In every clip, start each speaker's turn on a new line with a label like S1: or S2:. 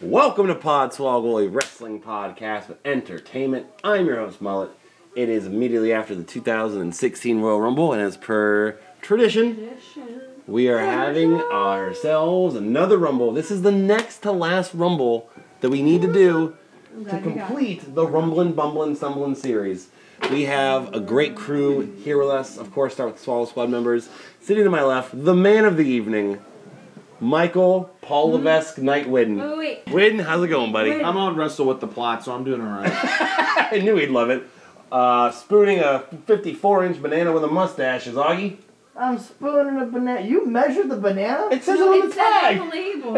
S1: Welcome to Podswoggle, a wrestling podcast with entertainment. I'm your host, Mullet. It is immediately after the 2016 Royal Rumble, and as per tradition, we are having ourselves another Rumble. This is the next to last Rumble that we need to do to complete the Rumblin' Bumblin' Stumblin' series. We have a great crew here with us. Of course, start with Swallow Squad members. Sitting to my left, the man of the evening, Michael Paul Levesque Knight Widden.
S2: Oh, wait.
S1: Widden, how's it going, buddy?
S2: Widden.
S3: I'm on wrestle with the plot, so I'm doing all right.
S1: I knew he'd love it. Uh, spooning a 54 inch banana with a mustache is Augie.
S4: I'm spooning a banana. You measured the banana?
S1: It says it on the tag.
S2: label.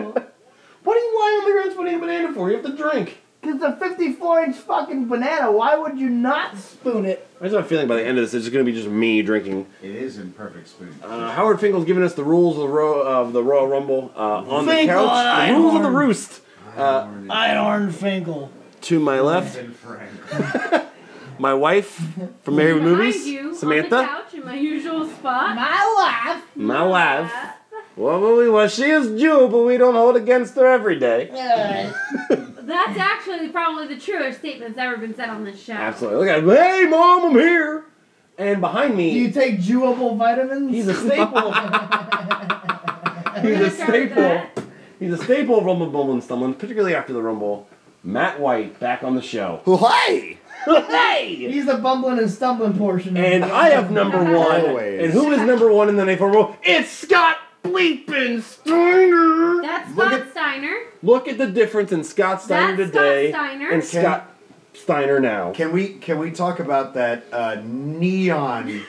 S1: What are you lying on the ground spooning a banana for? You have to drink.
S4: Because the 54 inch fucking banana, why would you not spoon it?
S1: I just have a feeling by the end of this, it's just going to be just me drinking.
S3: it is in perfect spoon.
S1: Uh, Howard Finkel's giving us the rules of the, Ro- of the Royal Rumble uh, on the
S4: Finkel
S1: couch. The
S4: and
S1: rules of the
S4: Einhorn.
S1: roost.
S4: Einhorn Finkel.
S1: To my left, my wife from Married with Movies,
S2: Behind you,
S1: Samantha.
S2: On the couch in my usual spot.
S4: My wife.
S1: My wife. Well, well, we- well, she is Jew, but we don't hold against her every day.
S4: Yeah.
S2: That's actually probably the truest statement that's ever been said on this show.
S1: Absolutely. Look at him. Hey, mom, I'm here. And behind me,
S4: Do you take chewable vitamins?
S1: He's a staple.
S2: We're
S1: He's
S2: gonna
S1: a
S2: start with
S1: staple.
S2: that.
S1: He's a staple of Rumble Bumble and Stumbling, particularly after the Rumble. Matt White back on the show.
S5: Hey!
S1: hey!
S4: He's the bumbling and stumbling portion. of
S1: And
S4: the-
S1: I have number one.
S3: Always.
S1: And who is number one in the Nathan Rumble? It's Scott Bleepin Steiner.
S2: That's
S1: Look
S2: Scott
S1: at,
S2: Steiner.
S1: look at the difference in Scott Steiner
S2: That's Scott
S1: today
S2: Steiner.
S1: and
S3: Can-
S1: Scott Steiner now.
S3: Can we can we talk about that uh, neon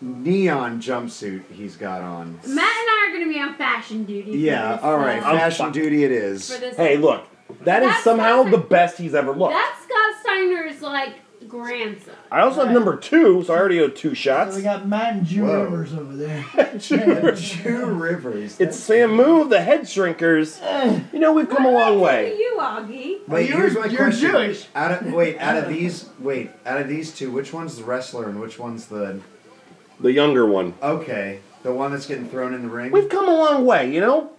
S3: neon jumpsuit he's got on?
S2: Matt and I are going to be on fashion duty. for
S3: Yeah,
S2: this,
S3: all right,
S2: uh,
S3: fashion
S1: fuck-
S3: duty it is.
S2: For this.
S1: hey, look. that is
S2: That's
S1: somehow
S2: Scott-
S1: the best he's ever looked.
S2: That's Scott Steiner's, like, grandson.
S1: I also have number two, so I already owe two shots.
S4: So we got Matt and Jew
S3: Whoa.
S4: Rivers over there.
S3: Two rivers.
S1: It's Sam Move, the head shrinkers. You know, we've come a long way.
S2: You, Augie.
S3: Wait,
S4: You're-
S3: here's my
S4: you're
S3: question.
S4: Jewish.
S3: Out of wait, out of these wait, out of these two, which one's the wrestler and which one's the
S1: The younger one.
S3: okay, the one that's getting thrown in the ring?
S1: We've come a long way, you know?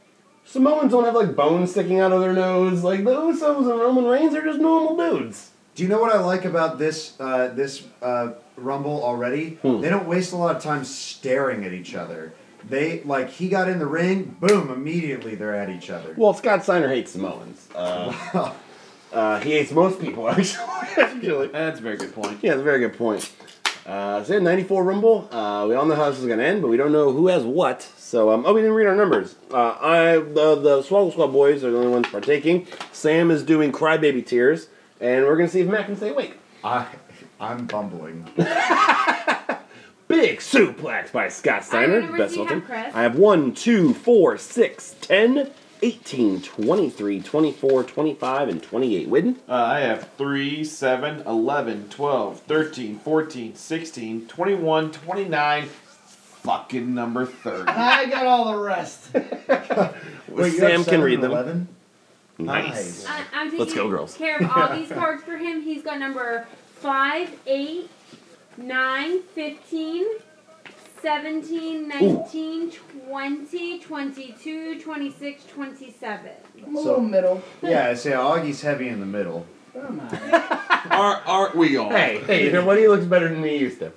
S1: Samoans don't have like bones sticking out of their nose. Like the Usos and Roman Reigns are just normal dudes.
S3: Do you know what I like about this uh, this uh, rumble already?
S1: Hmm.
S3: They don't waste a lot of time staring at each other. They like he got in the ring, boom! Immediately they're at each other.
S1: Well, Scott Steiner hates Samoans. Uh, uh, he hates most people, actually. actually.
S6: That's a very good point.
S1: Yeah, that's a very good point. Uh, so yeah, 94 Rumble. Uh, we all know how this is going to end, but we don't know who has what. So, um, oh, we didn't read our numbers. Uh, I the, the Swallow Squad boys are the only ones partaking. Sam is doing crybaby tears, and we're going to see if Matt can stay awake.
S3: I I'm bumbling.
S1: Big suplex by Scott Steiner.
S2: numbers
S1: Best
S2: do
S1: of all
S2: you
S1: time.
S2: have, Chris?
S1: I have 1, 2, 4, 6, 10, 18, 23, 24, 25, and 28. Widden?
S6: Uh, I have 3, 7, 11, 12, 13, 14, 16, 21, 29, fucking number 30.
S4: I got all the rest.
S3: Wait, you have
S1: Sam can
S3: seven
S1: read
S3: and
S1: them.
S3: 11?
S1: Nice.
S2: I, I'm taking
S1: Let's go, girls.
S2: care of Augie's cards for him. He's got number 5, 8, 9, 15, 17, 19, 20, 22, 26, 27.
S4: I'm a little middle. Oh
S3: Yeah, I say Augie's heavy in the middle.
S4: Come on.
S6: Are, aren't we all?
S1: Hey, hey, you know what? He looks better than me used to.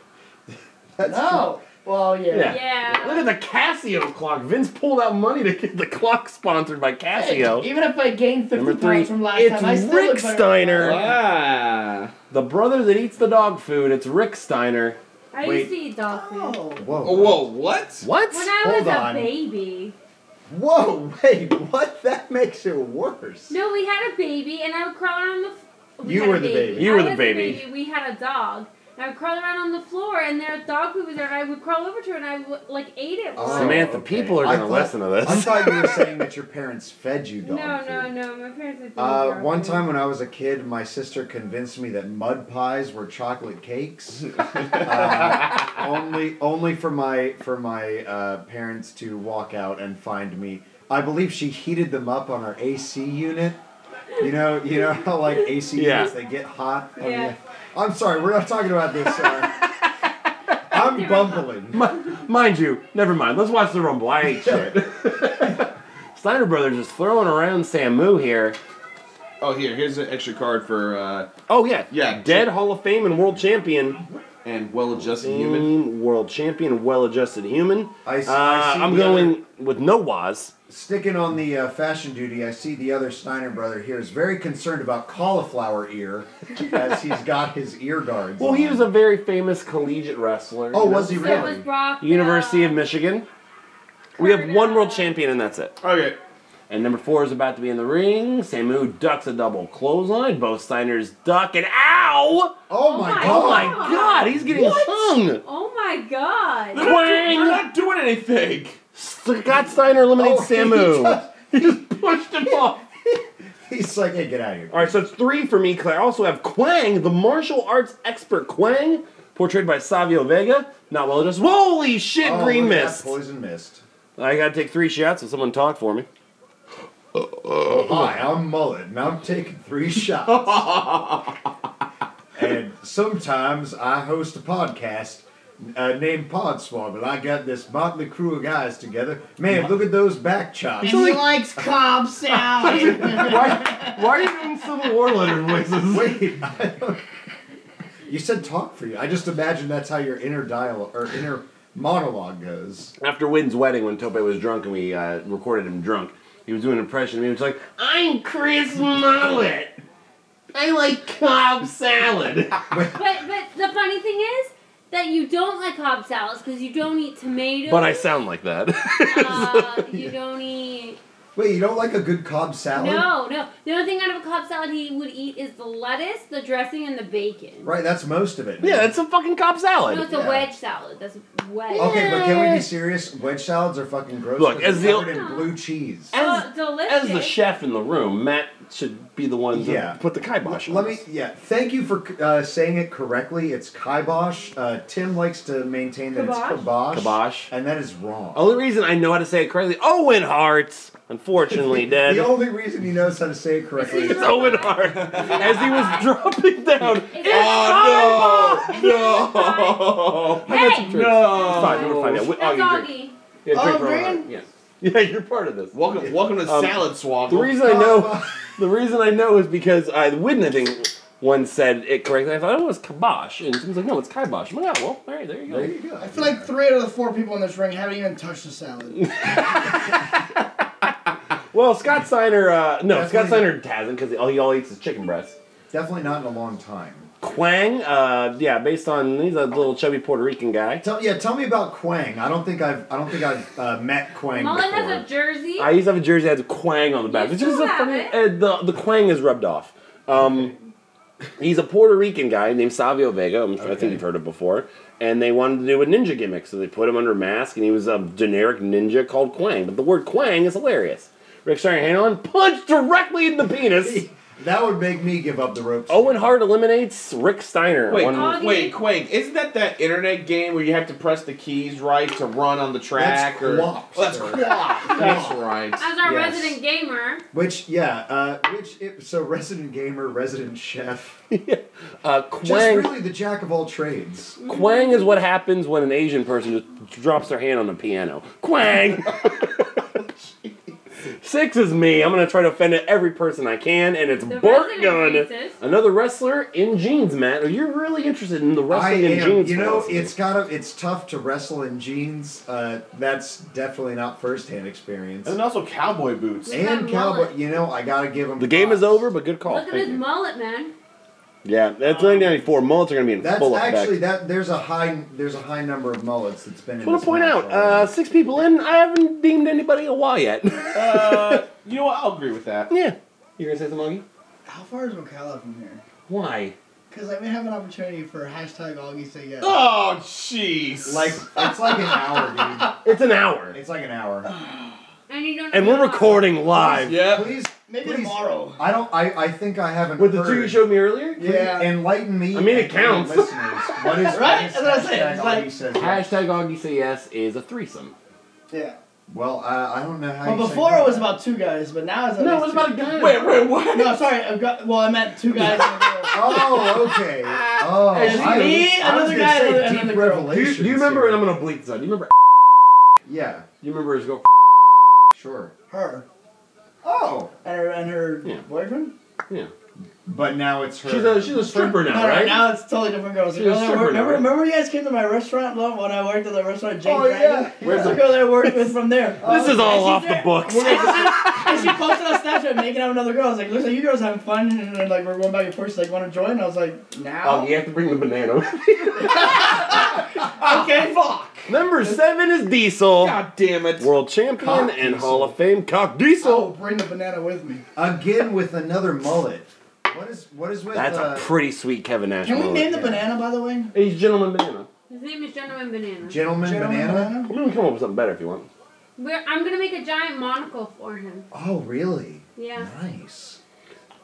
S4: no. Well, yeah.
S1: Yeah.
S2: Yeah.
S1: Look at the Casio clock. Vince pulled out money to get the clock sponsored by
S4: Hey,
S1: Casio.
S4: even if I gained 50
S1: Number three,
S4: pounds from last
S1: it's
S4: time, I still
S1: Rick
S4: look better. Oh.
S1: Steiner.
S6: Ah.
S1: the brother that eats the dog food, it's Rick Steiner.
S2: I
S3: Wait.
S2: used to eat dog food.
S4: Oh.
S3: Whoa!
S6: Oh, whoa, what?
S1: What?
S2: When I
S3: Hold
S2: was a
S3: on.
S2: baby.
S3: Whoa! Wait, what? That makes it worse.
S2: No, we had a baby and I would crawl around the. F- we
S3: You
S2: had
S3: were
S2: a
S3: the baby.
S1: You
S2: I
S1: were the
S2: was a
S1: baby.
S2: We had a dog. And I would crawl around on the floor, and their dog poop was there, and I would crawl over to it, and I would, like, ate it.
S3: Oh,
S1: Samantha,
S3: okay.
S1: people are
S3: I
S1: gonna
S3: thought-
S1: listen to this.
S3: I thought you were saying that your parents fed you dog
S2: no,
S3: food.
S2: no, no. My parents didn't.
S3: Uh,
S2: dog
S3: one
S2: food.
S3: time when I was a kid, my sister convinced me that mud pies were chocolate cakes. Uh, only, only for my for my uh, parents to walk out and find me. I believe she heated them up on our AC unit. You know, you know how like AC
S1: Yeah.
S3: units they get hot. on
S2: Yeah.
S3: the- I'm sorry, we're not talking about this. Uh, I'm bumbling.
S1: Mind you, never mind. Let's watch the Rumble. I hate shit. Snyder Brothers is throwing around Samu here.
S6: Oh, here, here's an extra card for uh,
S1: Oh yeah,
S6: Yeah.
S1: Dead Hall of Fame and world champion,
S6: and well-adjusted human.
S1: world champion, well-adjusted human.
S3: I s-
S1: uh,
S3: I see
S1: I'm
S3: the
S1: going with no Waz.
S3: Sticking on the uh, fashion duty, I see the other Steiner brother here is very concerned about cauliflower ear, as he's got his ear guards.
S1: Well, he
S3: on.
S1: was a very famous collegiate wrestler.
S3: Oh,
S1: you know,
S3: was he
S2: So it was
S3: really?
S2: Brock.
S1: University
S2: uh,
S1: of Michigan. We have one world champion, and that's it.
S6: Okay.
S1: And number four is about to be in the ring. Samu ducks a double clothesline. Both Steiners duck, and ow!
S3: Oh my
S2: my
S3: god!
S1: Oh my god, he's getting hung!
S2: Oh my god.
S6: We're
S1: Quang!
S6: not doing anything.
S1: Scott Steiner eliminates
S3: Oh, he
S1: Samu.
S3: just-
S1: He just pushed him off.
S3: He's like, hey, get out of here.
S1: All right, so it's three for me, Claire. I also have Quang, the martial arts expert Quang, portrayed by Savio Vega. Not well, just holy shit,
S3: Oh,
S1: green
S3: look at that
S1: mist.
S3: Poison mist.
S1: I gotta take three shots, and someone talk for me.
S3: Hi, I'm Mullet, and I'm taking three shots. and sometimes I host a podcast uh, named Podswoggle. I got this motley crew of guys together. Man, look at those back chops.
S4: he likes Cobb sound.
S1: Why, why are you doing Civil War letter voices?
S3: Wait, I don't- you said talk for you. I just imagine that's how your inner dialogue or inner monologue goes.
S1: After Wynn's wedding, when Tope was drunk and we uh, recorded him drunk, he was doing an impression of me. He was like, I'm Chris Mullet. I like Cobb salad.
S2: But but the funny thing is that you don't like Cobb salads because you don't eat tomatoes.
S1: but I sound like that.
S2: Uh, you don't eat.
S3: Wait, you don't like a good cob salad?
S2: No, no. The only thing out of a Cobb salad he would eat is the lettuce, the dressing, and the bacon.
S3: Right, that's most of it.
S1: yeah, that's a fucking Cobb salad.
S2: No, it's
S3: Yeah.
S2: a wedge salad. That's wedge.
S3: Okay, but can we be serious? Wedge salads are fucking gross.
S1: Look,
S3: 'cause
S1: as
S3: they're
S1: the-
S3: covered in blue cheese.
S1: As-
S2: Uh, delicious.
S1: As the chef in the room, Matt should be the one to
S3: Yeah.
S1: put the kibosh on.
S3: Let me,
S1: this.
S3: yeah. Thank you for uh, saying it correctly. It's kibosh. Uh, Tim likes to maintain that it's kibosh.
S1: Kibosh. Oh,
S3: And that is wrong.
S1: Only reason I know how to say it correctly, Owen Hart. Unfortunately, dead.
S3: the only reason he knows how to say it correctly
S1: It's
S3: is
S1: Owen Hart as he was dropping down. It's
S6: Oh,
S1: kibosh!
S6: No.
S2: Hey,
S1: It's fine. We're fine. Yeah, we-
S2: no
S1: oh, you drink.
S2: doggy.
S1: Yeah, drink
S4: Oh,
S1: for Owen Hart. Yeah. yeah, you're part of this.
S6: Welcome, welcome to
S1: Um,
S6: Salad Swab.
S1: The reason I know, the reason I know is because I Witten, I think, once said it correctly. I thought it was kibosh, and someone's like, "No, it's kibosh." I'm like, "Oh, well, all right, there you go."
S3: There you go.
S4: I feel like three out of the four people in this ring haven't even touched the salad.
S1: Well, Scott Steiner, uh, no,
S3: That's
S1: Scott
S3: what he-
S1: Steiner hasn't because all he all eats is chicken breast.
S3: Definitely not in a long time.
S1: Quang, uh, yeah, based on he's a little chubby Puerto Rican guy.
S3: Tell yeah, tell me about Quang. I don't think I've I don't think I've uh, met Quang
S2: Mullen
S3: before.
S2: has a jersey.
S1: I used to have Uh, a jersey that had Quang on the back.
S2: You
S1: It's just
S2: still
S1: a
S2: have
S1: funny.
S2: it?
S1: Uh, the the Quang is rubbed off. Um, he's a Puerto Rican guy named Savio Vega. I'm, I think you've heard of before. And they wanted to do a ninja gimmick, so they put him under a mask, and he was a generic ninja called Quang. But the word Quang is hilarious. Rick Steiner hand on punch directly in the penis.
S3: that would make me give up the ropes.
S1: Owen Hart eliminates Rick Steiner.
S6: Wait,
S1: One-
S2: Augie.
S6: wait, Quang, isn't that that internet game where you have to press the keys right to run on the track? or
S3: Quap,
S6: Oh, that's
S3: sir.
S6: Quap. That's right.
S2: As our
S3: Yes.
S2: resident gamer,
S3: Which yeah, uh, which it, so resident gamer, resident chef,
S1: uh,
S3: just
S1: Quang.
S3: really the jack of all trades.
S1: Quang is what happens when an Asian person just drops their hand on the piano. Quang! Six is me. I'm gonna try to offend every person I can, and it's
S2: The
S1: Bart
S2: resident
S1: Gunn,
S2: racist.
S1: another wrestler in jeans. Matt, are you really interested in the
S3: I
S1: wrestling in
S3: am.
S1: jeans?
S3: You know,
S1: philosophy?
S3: it's gotta. It's tough to wrestle in jeans. Uh, that's definitely not firsthand experience.
S6: And also cowboy boots.
S2: Yeah.
S3: And
S2: That
S3: cowboy.
S2: mullet.
S3: You know, I gotta give him.
S1: the game is
S3: props.
S1: over, but good call.
S2: look at
S1: Oh, Thank
S2: his Um,
S1: you.
S2: mullet, man.
S1: yeah, that's 1994. Mullets are gonna be in
S3: That's
S1: full
S3: actually
S1: effect.
S3: that. There's a high. There's a high number of mullets that's been.
S1: I
S3: in
S1: want
S3: this
S1: to point
S3: match
S1: out,
S3: already.
S1: uh, six people in. I haven't deemed anybody a Y yet.
S6: Uh, you know what? I'll agree with that.
S1: yeah, you gonna say something, Augie?
S4: How far is Ocala from here?
S1: Why?
S7: Because I may have an opportunity for hashtag Augie say yes.
S6: Oh, jeez.
S3: Like it's like an hour,
S1: It's an hour,
S3: dude. It's like an hour.
S2: And you don't.
S1: and
S2: know
S1: we're
S2: how-
S1: recording live
S6: yeah.
S3: Please,
S7: Maybe
S3: please-
S7: tomorrow.
S3: I don't. I, I think I haven't.
S1: with the
S3: heard
S1: two you
S3: it.
S1: showed me earlier.
S3: Please
S7: Yeah.
S3: Enlighten me.
S1: I mean, it
S3: and your
S1: counts.
S3: Listeners, what is
S7: Right?
S3: What is
S7: That's what I'm saying.
S3: hashtag
S7: It's
S3: all
S7: like-
S3: you says yes?
S1: Hashtag Augie say yes is a threesome.
S7: Yeah.
S3: Well, I, I don't know how.
S7: Well,
S3: you say
S7: before
S3: no.
S7: it was about two guys, but now it's at
S1: No,
S7: least
S1: it's
S7: two-
S1: about a guy.
S6: Wait, wait, what?
S7: No, sorry. I've got, well, I meant two guys. and a girl.
S3: Oh, okay. Oh,
S7: It's
S3: I
S7: me,
S3: was- I was
S7: another
S3: gonna
S7: guy,
S3: say
S7: and
S3: deep
S7: another
S1: Do
S7: girl.
S1: you,
S3: revelations
S1: do you remember?
S3: here.
S1: And I'm gonna bleep this out. Do you remember?
S3: Yeah,
S1: Do you remember his girl?
S3: sure.
S7: Her
S3: Oh,
S7: and her and her
S1: Yeah.
S7: boyfriend.
S1: Yeah,
S3: but now it's her.
S1: she's a she's a stripper now,
S7: no, no,
S1: right?
S7: now it's totally different girls.
S1: She's
S7: Girl
S1: a
S7: that
S1: stripper
S7: worked-
S1: now,
S7: remember,
S1: right?
S7: remember, you guys came to my restaurant love when I worked at the restaurant Jake
S3: Oh,
S7: Dragon.
S3: yeah.
S7: Where's the girl that I worked with from there?
S1: This is all
S7: she's
S1: off the
S7: there.
S1: books.
S7: and she posted on Snapchat making out with another girl. I was like, looks like you girls having fun, and then, like we're going back and forth. She's like, want to join? I was like, now.
S1: Augie, you have to bring the banana.
S7: okay, fuck.
S1: Number seven is Diesel,
S6: God damn it.
S1: world champion
S3: Cock
S1: and
S3: Diesel.
S1: Hall of Fame cock
S7: I will
S1: Diesel.
S7: bring the banana with me.
S3: again with another mullet. What is what is with
S1: That's
S3: uh,
S1: a pretty sweet Kevin Nash.
S7: Can we
S1: moment.
S7: name the banana, by the way?
S1: He's gentleman banana.
S2: His name is Gentleman Banana.
S3: gentleman,
S7: Gentleman
S3: banana?
S1: I'm gonna come up with something better if you want.
S2: We're, I'm gonna make a giant monocle for him.
S3: Oh, really?
S2: Yeah.
S3: Nice.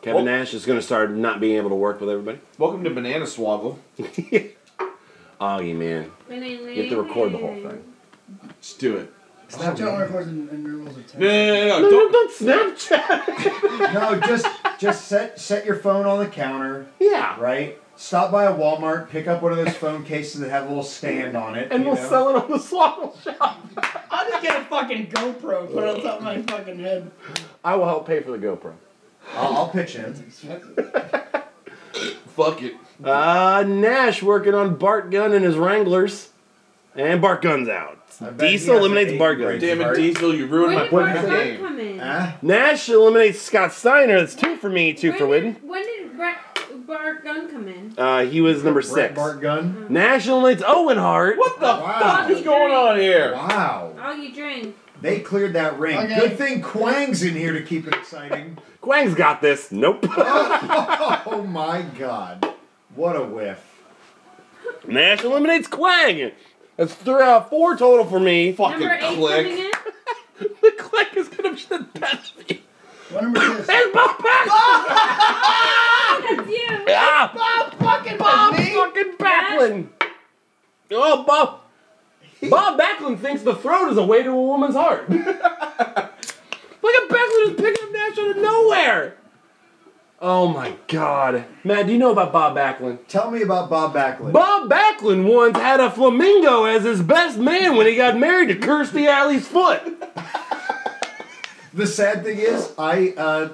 S1: Kevin
S6: Well-
S1: Nash is gonna start not being able to work with everybody.
S6: Welcome to Banana Swoggle.
S1: Augie, man, you
S2: You
S1: have to record the whole thing.
S6: Let's do it.
S7: Snapchat only records in, in reels of text.
S6: No, no, no, no.
S1: No, no,
S6: Don't.
S1: don't Snapchat.
S3: No, just just set set your phone on the counter,
S1: yeah,
S3: right? Stop by a Walmart, pick up one of those phone cases that have a little stand on it,
S1: and
S3: you
S1: we'll
S3: know?
S1: sell it on the swaggle shop.
S7: I'll just get a fucking GoPro and put it on top of my fucking head.
S1: I will help pay for the GoPro.
S3: I'll, I'll pitch in.
S7: Expensive.
S6: Fuck it.
S1: Uh, Nash working on Bart Gunn and his Wranglers, and Bart Gunn's out.
S3: I bet he
S1: Diesel
S3: has
S1: eliminates
S3: an
S1: Bart
S3: eight-grade
S1: Gunn.
S6: Damn it,
S3: Bart.
S6: Diesel, you
S2: When
S6: ruined my
S2: did
S6: fucking
S2: Brett Hart
S6: game.
S2: come in?
S3: Huh?
S1: Nash eliminates Scott Steiner. That's two for me, two for Whitten.
S2: when did, when did Brett Bart Gunn come in?
S1: Uh, he was number
S3: Brett
S1: six.
S3: Bart Gun.
S1: National eliminates Owen Hart.
S6: What the
S3: Wow.
S6: fuck is going on here?
S3: Wow.
S2: Oh, you drink.
S3: They cleared that ring.
S7: Okay.
S3: Good thing Quang's in here to keep it exciting.
S1: Quang's got this. Nope.
S3: Oh my god. What a whiff.
S1: Nash eliminates Quang. That's three, uh, four total for me. Fuck.
S2: Number eight coming
S6: click.
S2: in.
S1: The click is gonna be the best. Ah!
S7: What number is this?
S1: There's Bob Backlund.
S2: That's you.
S1: Ah,
S7: Bob fucking
S1: Bob
S7: me.
S1: fucking Backlund. Oh, Bob. Bob Backlund thinks the throat is a way to a woman's heart. Look at Backlund just picking up Nash out of nowhere. Oh my God, Matt, do you know about Bob Backlund?
S3: Tell me about Bob Backlund.
S1: Bob Backlund once had a flamingo as his best man when he got married to Kirstie Alley's foot.
S3: the sad thing is, I uh,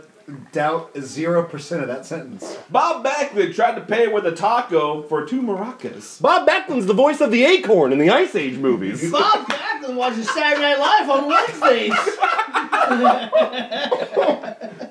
S3: doubt 0% of that sentence.
S6: Bob Backlund tried to pay with a taco for two maracas.
S1: Bob Backlund's the voice of the acorn in the Ice Age movies.
S7: Bob Backlund watches Saturday Night Live on Wednesdays.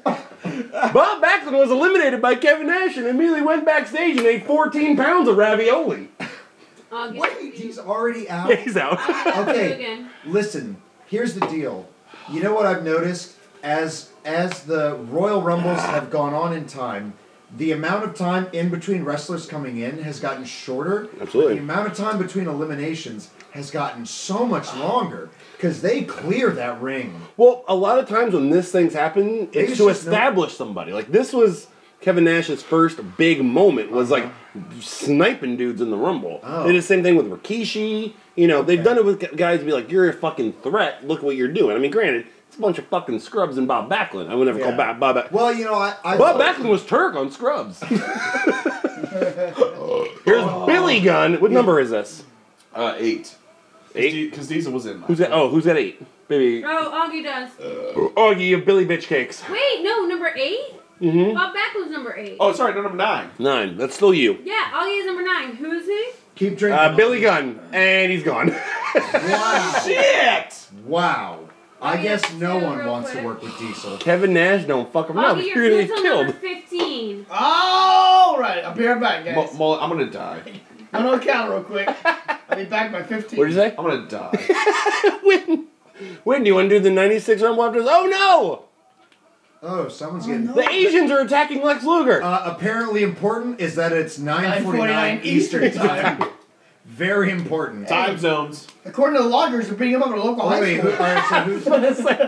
S1: Bob Backlund was eliminated by Kevin Nash and immediately went backstage and ate 14 pounds of ravioli.
S2: I'll get
S3: Wait,
S2: you.
S3: he's already out?
S1: Yeah, he's out.
S2: You
S3: Okay,
S2: again.
S3: listen, here's the deal. You know what I've noticed? As, as the Royal Rumbles have gone on in time, the amount of time in between wrestlers coming in has gotten shorter.
S1: Absolutely.
S3: The amount of time between eliminations has gotten so much longer because they clear that ring.
S1: Well, a lot of times when this thing's happened,
S3: Maybe
S1: it's
S3: it's
S1: to
S3: just no-
S1: establish somebody. Like this was Kevin Nash's first big moment was like sniping dudes in the Rumble.
S3: Uh-huh. Oh.
S1: They did the same thing with Rikishi. You know, they've
S3: Okay.
S1: done it with guys be like, "You're a fucking threat. Look what you're doing." I mean, granted, it's a bunch of fucking scrubs and Bob Backlund. I would never
S3: Yeah.
S1: call Bob Bob. Back-
S3: Well, you know, I. I
S1: Bob Backlund was Turk on Scrubs. Here's
S3: Oh.
S1: Billy Gunn. What number is this?
S6: Uh, eight.
S1: Eight.
S6: Because Diesel was in.
S1: Who's at? Oh, who's at eight? Baby
S2: Oh, Augie does.
S6: Uh.
S3: Oh,
S1: Augie of Billy Bitch Cakes.
S2: Wait, no, number 8 Mm-hmm. Bob Backlund's number eight.
S6: Oh, sorry, no, number nine.
S1: Nine. That's still you.
S2: Yeah, Augie is number nine. Who is he?
S3: Keep drinking.
S1: Uh, Billy Gunn, and he's gone.
S3: Wow.
S6: Shit!
S3: Wow. I
S2: Okay,
S3: guess no
S2: two
S3: one
S2: real
S3: wants to
S2: quick.
S3: work with Diesel.
S1: Kevin Nash, don't fuck him up.
S2: Augie,
S1: You're gonna
S2: you're
S1: get
S2: still number
S1: killed.
S2: fifteen.
S7: All right, I'll be right back,
S6: Mu-
S7: guys.
S6: Mullet, I'm gonna die.
S7: Run on the counter real quick. I'll be back by 15.
S1: What'd you say?
S6: I'm gonna die.
S1: When? When do you want to do the 96 Rumble after this? Oh no!
S3: Oh, someone's getting.
S1: The Asians are attacking Lex Luger.
S3: Uh, apparently important is that it's 9:49
S7: 9:49
S3: Eastern
S7: Eastern
S3: time. Very important.
S6: Time zones.
S7: According to the loggers, they're beating him up at a local
S3: Oh,
S7: high
S3: wait, who-
S7: school.
S3: all right, so who-
S7: It's like,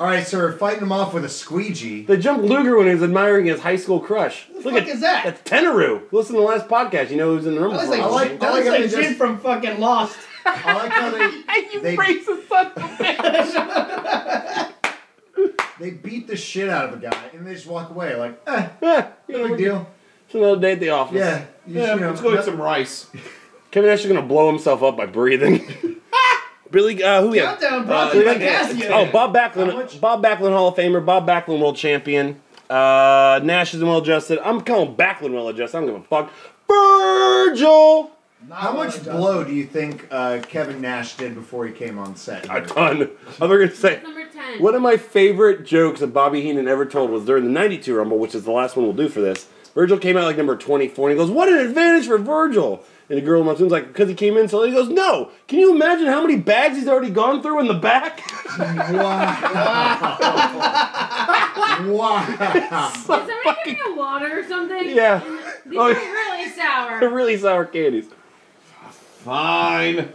S3: all right, so we're fighting them off with a squeegee.
S1: They jumped Luger when he was admiring his high school crush. Look
S7: fuck
S1: at
S7: is that?
S1: That's Tenaru. Listen to the last podcast. You know who's in the room.
S7: that looks
S1: for a
S3: I
S7: like,
S3: like-
S7: Jin-
S3: I
S7: that
S3: like
S7: looks
S3: how
S7: like
S3: they
S7: Jin
S3: just-
S7: from fucking Lost.
S3: I like how they
S1: you
S3: they,
S1: racist son of a bitch.
S3: they beat the shit out of a guy and they just walk away like, eh,
S1: Yeah,
S3: no big deal.
S1: It's another day at the office.
S3: Yeah, you,
S6: Yeah,
S3: you know,
S6: let's go get
S3: no-
S6: some rice.
S1: Kevin Nash is gonna blow himself up by breathing. Billy, uh, who we have?
S7: Countdown,
S1: Uh,
S7: Bronson
S1: we got-
S7: Lagassia.
S1: oh, Bob Backlund,
S3: much?
S1: Bob Backlund Hall of Famer, Bob Backlund World Champion. Uh, Nash is well adjusted. I'm calling Backlund well adjusted. I don't give a fuck. Virgil,
S3: How much blow do you think uh, Kevin Nash did before he came on set?
S1: a ton. I'm gonna say.
S2: Number 10.
S1: One of my favorite jokes that Bobby Heenan ever told was during the 92 Rumble, which is the last one we'll do for this. Virgil came out like number 24 and he goes, What an advantage for Virgil! And the girl in my swim's like, Because he came in so late. He goes, No! Can you imagine how many bags he's already gone through in the back?
S3: Wow! wow!
S2: Did somebody give me a water or something?
S1: Yeah.
S2: These
S1: Oh,
S2: are
S1: yeah.
S2: really
S1: They're
S2: sour.
S1: really sour candies.
S6: Fine.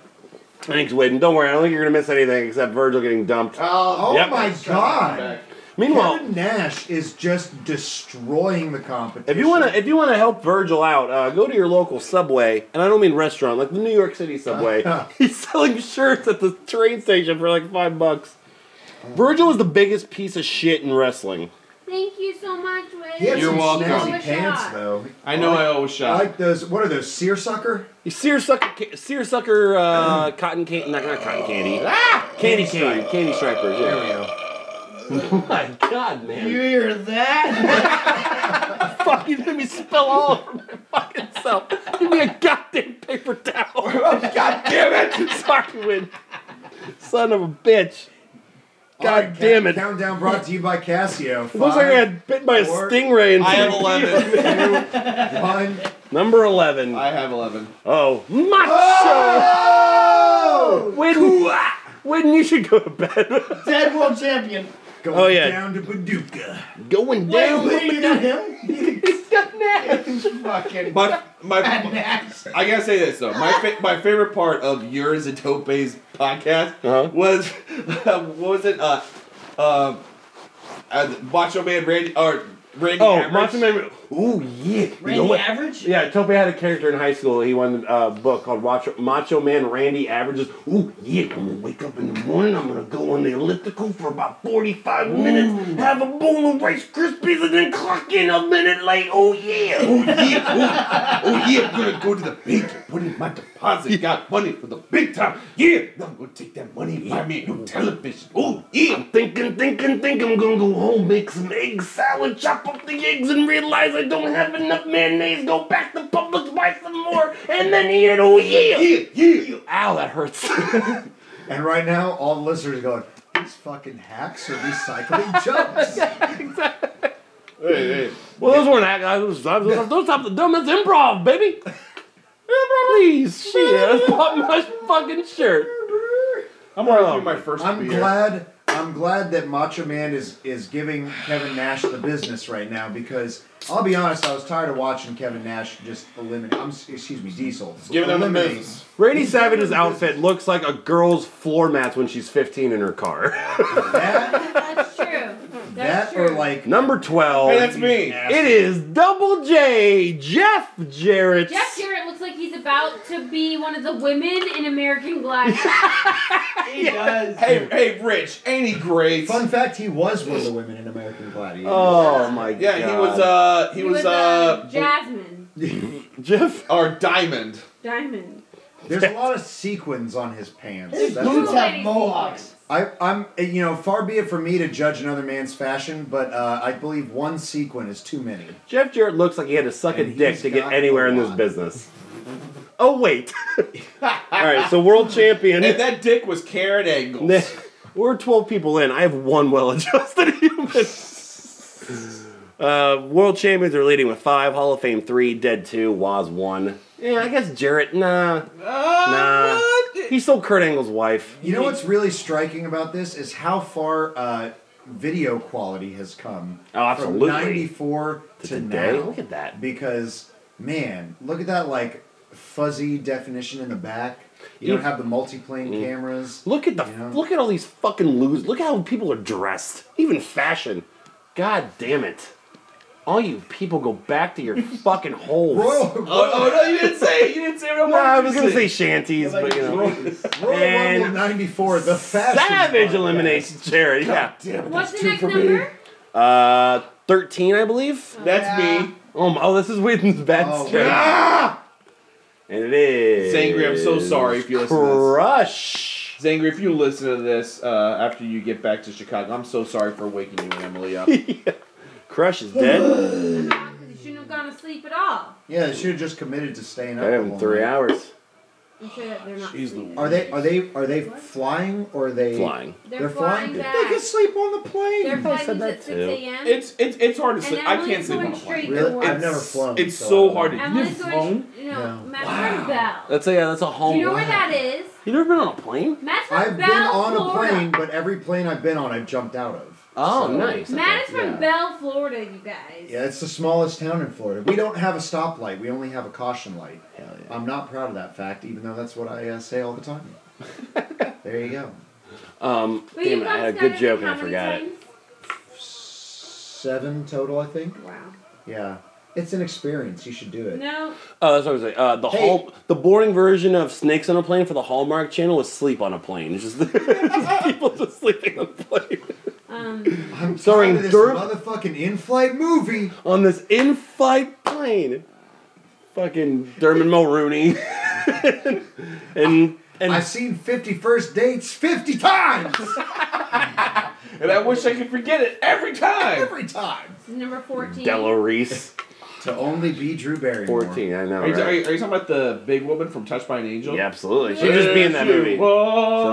S1: Thanks, Wade. And don't worry, I don't think you're going to miss anything except Virgil getting dumped.
S3: Oh
S1: Yep.
S3: my god!
S1: Meanwhile,
S3: Kevin Nash is just destroying the competition.
S1: If you wanna, if you wanna help Virgil out, uh, go to your local Subway, and I don't mean restaurant, like the New York City Subway. He's selling shirts at the train station for like five bucks. Virgil is the biggest piece of shit in wrestling.
S2: Thank you so much, Wade.
S3: he had
S6: You're
S3: some
S6: welcome.
S3: snazzy
S2: Give it a
S3: pants
S2: shot.
S3: though.
S6: I know I owe a
S3: I
S6: shot.
S3: like those. What are those? Seersucker?
S1: You seersucker, ca- seersucker, uh, cotton candy, not, not cotton candy, Ah! candy cane, candy stripers. Yeah. oh my god,
S7: You
S1: man!
S7: hear that?
S1: fucking let me spill all over my fucking self. Give me a goddamn paper towel. god damn it! Sorry, Win. Son of a bitch. God
S3: Alright,
S1: damn it.
S3: count- Countdown brought to you by Casio.
S1: It looks like I
S3: Five,
S1: got bit by a
S3: four,
S1: stingray. And
S6: I have 11.
S3: one.
S1: Number 11.
S6: I have 11.
S1: oh, macho! Oh! Win, Win, you should go to bed.
S7: Dead world champion.
S3: Going
S1: Oh, yeah.
S3: down to Paducah.
S1: Going
S7: Wait,
S1: down.
S7: wait, you got him?
S1: It's got Nash.
S7: Fucking
S6: My, my,
S7: Nash.
S6: I gotta say this though. My fa- my favorite part of yours and Tope's podcast
S1: Uh-huh.
S6: was what was it? Uh, uh, uh, Macho Man Randy or Randy.
S1: Oh,
S6: Savage.
S1: Macho Man. Ooh, yeah. You know
S7: Randy
S1: what?
S7: Average?
S1: Yeah, Tope had a character in high school. He won a book called Macho, Macho Man Randy Averages. Ooh, yeah, I'm gonna wake up in the morning. I'm gonna go on the elliptical for about 45 minutes, have a bowl of Rice Krispies, and then clock in a minute late. Oh, yeah.
S6: Oh yeah, oh, oh yeah, I'm gonna go to the bank and put in my deposit. Got money for the big time. Yeah, I'm gonna take that money and buy me a new television. Oh yeah.
S1: I'm thinking, thinking, thinking I'm gonna go home, make some egg salad, chop up the eggs, and realize I don't have enough mayonnaise. Go back to Publix, buy some more, and then eat it. Oh, yeah.
S6: Yeah, yeah.
S1: Ow, that hurts.
S3: And right now, all the listeners are going, these fucking hacks are recycling jokes.
S6: Hey, hey.
S1: Well, those weren't act. Those, those, those, those types of dumb. That's improv, baby. Please, shit. That's not my fucking shirt.
S6: I'm already my first
S3: I'm
S6: beer.
S3: glad. I'm glad that Macho Man is is giving Kevin Nash the business right now because I'll be honest, I was tired of watching Kevin Nash just eliminate. I'm s- excuse me, Diesel.
S6: Giving them the
S3: eliminate-
S6: business.
S1: Rainy Savage's outfit looks like a girl's floor mat when she's 15 in her car.
S3: That,
S2: That's true. That's
S3: that
S2: true.
S3: or like
S1: Number 12.
S6: Hey, that's me.
S1: it is Double J, Jeff Jarrett.
S2: Jeff Jarrett looks like he's about to be one of the women in American Glass.
S7: He does.
S6: Hey, hey, Rich, ain't he great?
S3: Fun fact: He was one of the women in American Gladiator.
S1: Oh my god.
S6: Yeah, he was uh he, was, uh
S2: um, Jasmine.
S1: Jeff.
S6: our diamond.
S2: Diamond.
S3: There's a lot of sequins on his pants.
S7: His
S3: That's-
S7: boots
S2: Little
S7: have
S2: lady
S7: mohawks.
S3: I, I'm, you know, far be it from me to judge another man's fashion, but uh, I believe one sequin is too many.
S1: Jeff Jarrett looks like he had to suck
S3: And
S1: a dick
S3: he's
S1: to get
S3: got
S1: anywhere
S3: a
S1: in this
S3: lot.
S1: business. Oh wait. All right, so world champion.
S6: And that dick was Karen Angle.
S1: Nah, We're 12 people in. I have one well adjusted human. Uh, world champions are leading with five, Hall of Fame three, Dead two, Waz one. Yeah, I guess Jarrett, nah. Nah. He's still Kurt Angle's wife.
S3: You know what's really striking about this is how far uh, video quality has come
S1: Oh, absolutely.
S3: from 94 to,
S1: today?
S3: now.
S1: Look at that.
S3: Because, man, look at that, like, fuzzy definition in the back. You
S1: You-
S3: don't have the multiplane
S1: Mm.
S3: cameras.
S1: Look at the
S3: Yeah.
S1: look at all these fucking losers. Look at how people are dressed. Even fashion. God damn it. All you people go back to your fucking holes.
S3: Royal,
S6: Oh, oh no, you didn't say it. You didn't say what I
S1: No,
S6: wanted
S1: I
S6: you
S1: was
S6: to
S1: gonna say shanties, but you know.
S3: Royal
S1: And-
S3: Rumble 94, the fashion.
S1: Savage
S3: podcast.
S1: eliminates Jerry. Yeah.
S6: Damn it,
S2: What's
S6: that's
S2: the
S6: two
S2: next
S6: for me.
S2: number?
S1: Uh, thirteen, I believe.
S6: That's me.
S1: Oh, my, oh this is Whedon's bad
S3: Oh,
S1: straight.
S6: Ah!
S1: And it is.
S6: It's angry. I'm so sorry if you listen to this.
S1: Crush.
S6: Zangri, if you listen to this uh, after you get back to Chicago, I'm so sorry for waking you and Emily up.
S1: Crush is dead.
S2: I'm not, Uh-huh, 'cause you shouldn't have gone to sleep at all.
S3: Yeah, they should have just committed to staying up.
S1: I have
S3: all
S1: him three
S3: night.
S1: hours.
S2: I'm sure that they're not.
S6: She's the
S2: sleeping.
S3: Are they are they are they flying or are they
S1: Flying.
S2: They're,
S3: They're
S2: flying
S3: flying.
S2: back.
S3: They can sleep on the plane.
S2: Their flight is at 6
S1: too.
S2: a.m.
S6: It's it's it's hard
S2: And
S6: to sleep. I
S2: Emily's
S6: can't sleep
S2: going
S6: on a plane.
S2: straight
S3: Really?
S2: to
S3: I've
S2: work.
S3: never flown.
S6: It's so
S3: I
S6: hard
S3: don't
S6: to
S3: know.
S2: Emily's
S6: You've
S2: going. No,
S3: No.
S2: Matt's going to Bell.
S1: That's a yeah. That's a
S2: Do
S1: home.
S2: you know where that is?
S1: You never been on a plane?
S2: Matt's from
S3: Oh, I've
S2: Bell,
S3: been on a
S2: Florida.
S3: plane, but every plane I've been on, I've jumped out of.
S1: Oh,
S3: So-
S1: nice.
S2: Matt is from
S3: Yeah.
S2: Bell, Florida, you guys.
S3: Yeah, it's the smallest town in Florida. We don't have a stoplight. We only have a caution light.
S1: Hell yeah.
S3: I'm not proud of that fact, even though that's what I uh, say all the time. there you go.
S1: Um,
S2: But
S1: damn
S2: you
S1: it, I
S2: guys
S1: had a
S2: got
S1: good
S2: it
S1: joke
S2: how
S1: and I
S2: many
S1: forgot it.
S2: times?
S3: Seven total, I think.
S2: Wow.
S3: Yeah, it's an experience. You should do it.
S2: No,
S1: Oh, that's what I was saying. Uh, the
S3: Hey.
S1: hall, the boring version of Snakes on a Plane for the Hallmark Channel was Sleep on a Plane. It's just, just people just sleeping on a plane.
S2: um,
S3: I'm
S1: Starring
S3: tired of this
S1: Dirk-
S3: motherfucking in-flight movie.
S1: On this in-flight plane. Fucking Dermot Mulrooney. and and
S3: I've seen 50 first dates 50 times.
S6: And I wish I could forget it every time.
S3: Every time.
S2: this is number 14.
S1: Della Reese.
S3: To only be Drew Barrymore.
S1: 14, I know.
S6: Are you, are,
S1: Right?
S6: you, are you talking about the big woman from Touched by an Angel?
S1: Yeah, absolutely. She'd just be in that
S6: Yes, you
S1: movie. So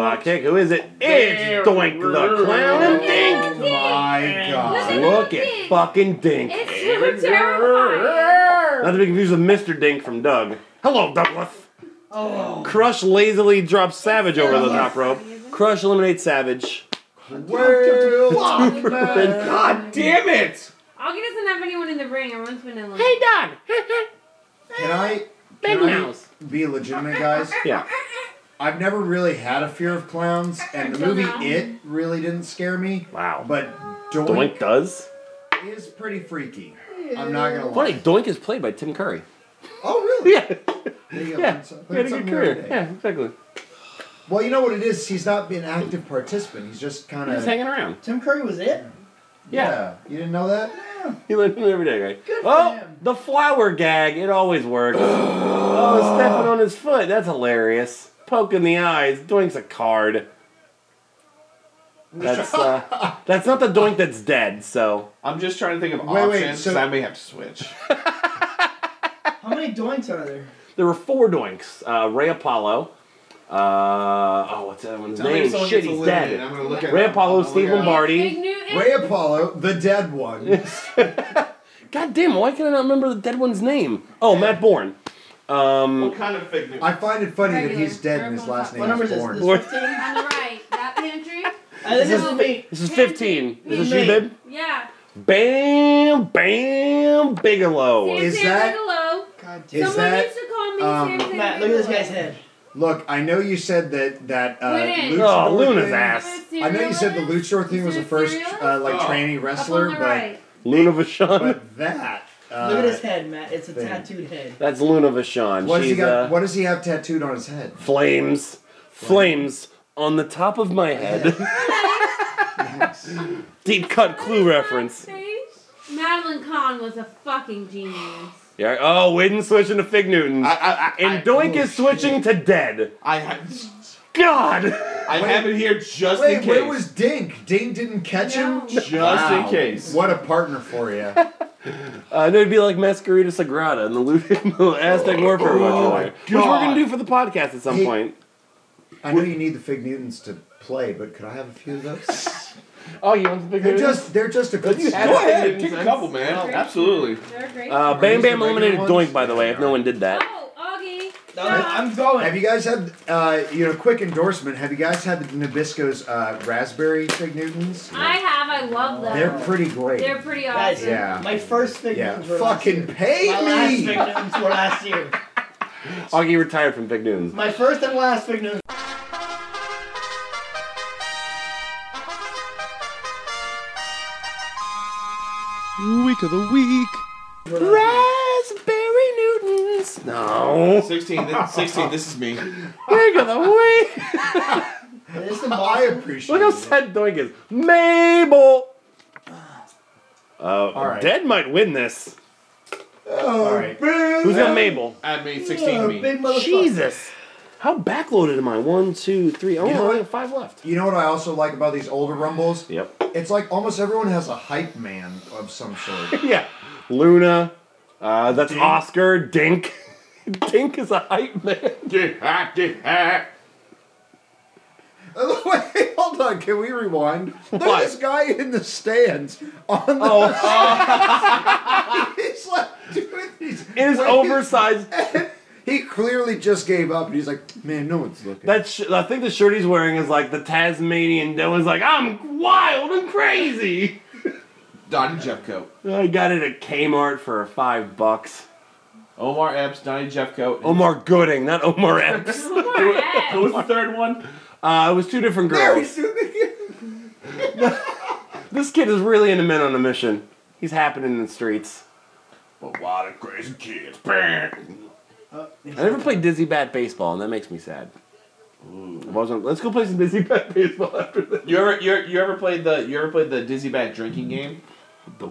S1: I
S6: are.
S1: kick. Who is it? It's Doink the
S3: Oh
S1: Clown and Dink.
S3: My God.
S1: Look at fucking Dink.
S2: It's so terrifying.
S1: Not to be confused with Mr. Dink from Doug. Hello, Douglas.
S7: Oh.
S1: Crush lazily drops Savage over the top rope. Crush eliminates Savage.
S3: Well, fuck, man.
S6: God damn it!
S2: Augie doesn't have anyone in the ring. Everyone's been in like.
S1: Doug.
S3: Can I?
S1: Big
S3: can I
S1: Mouse.
S3: Be legitimate, guys.
S1: Yeah.
S3: I've never really had a fear of clowns, and the
S2: Until
S3: movie
S2: now.
S3: It really didn't scare me.
S1: Wow.
S3: But
S1: Doink
S3: Doink
S1: does.
S3: is pretty freaky. I'm not gonna
S1: Funny,
S3: lie.
S1: Doink is played by Tim Curry.
S3: Oh, really?
S1: Yeah.
S3: There you go.
S1: Yeah.
S3: That's-
S1: He had a good
S3: that's something we
S1: career.
S3: did.
S1: Yeah, exactly.
S3: Well, you know what it is. He's not been an active participant. He's just kind
S1: He was
S3: of.
S1: hanging around.
S7: Tim Curry was it?
S1: Yeah.
S3: You didn't know that?
S1: He lived in every day, right?
S7: Good for
S1: oh,
S7: him.
S1: the flower gag. It always works. oh, stepping on his foot. That's hilarious. Poke in the eyes. Doink's a card. That's uh, that's not the Doink that's dead. So
S6: I'm just trying to think of
S3: Wait,
S6: options
S3: wait,
S6: 'cause
S3: so-
S6: I may have to switch.
S7: How many doinks are there?
S1: there were four Doinks. Uh, Ray Apollo. Uh, oh, what's that one's
S6: Tell me
S1: name?
S6: if someone
S1: Shit,
S6: gets
S1: he's
S6: eliminated.
S1: dead.
S6: I'm gonna look at
S1: Ray
S6: it.
S1: Apollo,
S6: I'm gonna look
S1: Steve
S6: at it.
S2: Big
S1: Lombardi.
S2: Newton.
S3: Ray Apollo, the dead one.
S1: God damn, why can I not remember the dead one's name? Oh, Matt Bourne. Um,
S6: What kind of fig
S3: I find it funny that he's
S2: Regular.
S3: dead and his last
S7: What
S3: name
S7: number
S3: is
S7: is this?
S3: Bourne.
S7: This 15?
S2: On the right. That pantry.
S7: I think this is me.
S1: this is 15. Is this you, babe?
S2: Yeah.
S1: Bam, bam, Bigelow.
S2: Sam
S3: Is
S2: Sam
S3: that-
S2: Bigelow.
S7: God damn.
S3: Is
S2: Someone
S3: that-
S2: used to call me
S3: um,
S2: Sam Sam
S7: Matt, look at this
S2: Bigelow.
S7: guy's head.
S3: Look, I know you said that that uh,
S2: Wait, wait.
S3: luchador
S1: Oh, Luna's
S3: thing-
S1: ass.
S2: Serial
S3: I know you said the
S2: is
S3: luchador thing was the
S2: Is it
S3: first
S2: serious?
S3: uh, like
S6: Oh.
S3: trainee
S2: up
S3: wrestler,
S2: on the
S3: but
S2: right.
S1: Luna Vachon.
S3: but that. Uh,
S7: Look at his head, Matt. It's a
S3: thing.
S7: tattooed head.
S1: That's Luna Vachon.
S3: What does he
S1: She's
S3: got?
S1: uh,
S3: what does he have tattooed on his head?
S1: flames, flames on the top of my head. Deep cut clue reference.
S2: Madeline Kahn was a fucking genius.
S1: Yeah. Oh, Whedon's switching to Fig Newton,
S6: I, I, I,
S1: and Doink
S3: oh,
S1: is switching to Dead.
S6: I, ha-
S1: God.
S6: I have it here just in
S3: Wait,
S6: case.
S3: where was Dink? Dink didn't catch
S2: No.
S3: him.
S6: just in case.
S3: What a partner for you.
S1: Uh, and it'd be like Masquerita Sagrada and the, Lu- the Aztec Warfare oh, which we're
S6: God.
S1: gonna do for the podcast at some
S3: Hey,
S1: point.
S3: I know you need the Fig Newtons to play, but could I have a few of those?
S1: Oh, you want the Fig
S3: They're
S1: Newton?
S3: just they're just a good
S1: you have
S6: Go
S3: story.
S6: ahead, take a couple, Oh, man. Absolutely.
S2: They're great.
S1: Uh,
S3: Are
S1: Bam
S3: these the
S1: Bam eliminated
S3: regular ones?
S1: Doink, by the way, if no one did that.
S2: oh, Augie.
S7: No, I'm going.
S3: Have you guys had, uh, you know, quick endorsement? Have you guys had the Nabisco's uh, raspberry fig Newtons?
S2: I have. I love them.
S3: They're pretty great.
S2: They're pretty
S7: Guys,
S2: awesome.
S3: Yeah.
S7: my first fig
S3: yeah,
S7: Newtons were last
S3: fucking
S7: year.
S3: pay
S7: My last
S3: me.
S7: fig Newtons were last year.
S1: Augie retired from Big News.
S7: My first and last fig Newtons.
S5: Week of the week.
S7: were last year.
S1: Raspberry Newtons. No.
S6: 16, thi- 16, this is me.
S1: We're gonna wait.
S7: This is
S3: I
S7: Boston.
S3: appreciate.
S1: Look how
S3: it.
S1: sad Doink is. Mabel. Uh,
S3: right.
S1: Dead might win this.
S3: All right.
S1: Who's got Mabel?
S6: I made 16
S7: You're a
S6: me.
S7: big motherfucker.
S1: Jesus. How backloaded am I? One, two, three. Oh,
S3: You know
S1: I only
S3: what?
S1: have five left.
S3: You know what I also like about these older rumbles?
S1: Yep.
S3: It's like almost everyone has a hype man of some sort.
S1: Yeah. Luna. Uh, that's Oscar. Dink. Dink is a hype man.
S6: Get hot, get hot.
S3: Wait, hold on. Can we rewind? There's
S1: What?
S3: this guy in the stands on the. he's like doing these.
S1: Oh. It is oversized.
S3: He clearly just gave up, and he's like, "Man, no one's looking."
S1: That sh- I think the shirt he's wearing is like the Tasmanian Devil. Is like I'm wild and crazy.
S6: Donnie Jeffcoat.
S1: I got it at Kmart for five bucks.
S6: Omar Epps, Donnie Jeffcoat. and-
S1: Omar Gooding, not Omar Epps.
S6: Who was the third one?
S1: Uh, it was two different
S3: there he's
S1: girls.
S3: doing it again.
S1: This kid is really into men on a mission. He's happening in the streets.
S6: A lot of crazy kids. Bam.
S1: I never played Dizzy Bat baseball, and that makes me sad. I wasn't. Let's go play some Dizzy Bat baseball after this.
S6: You ever you, you ever played the you ever played the dizzy bat drinking game?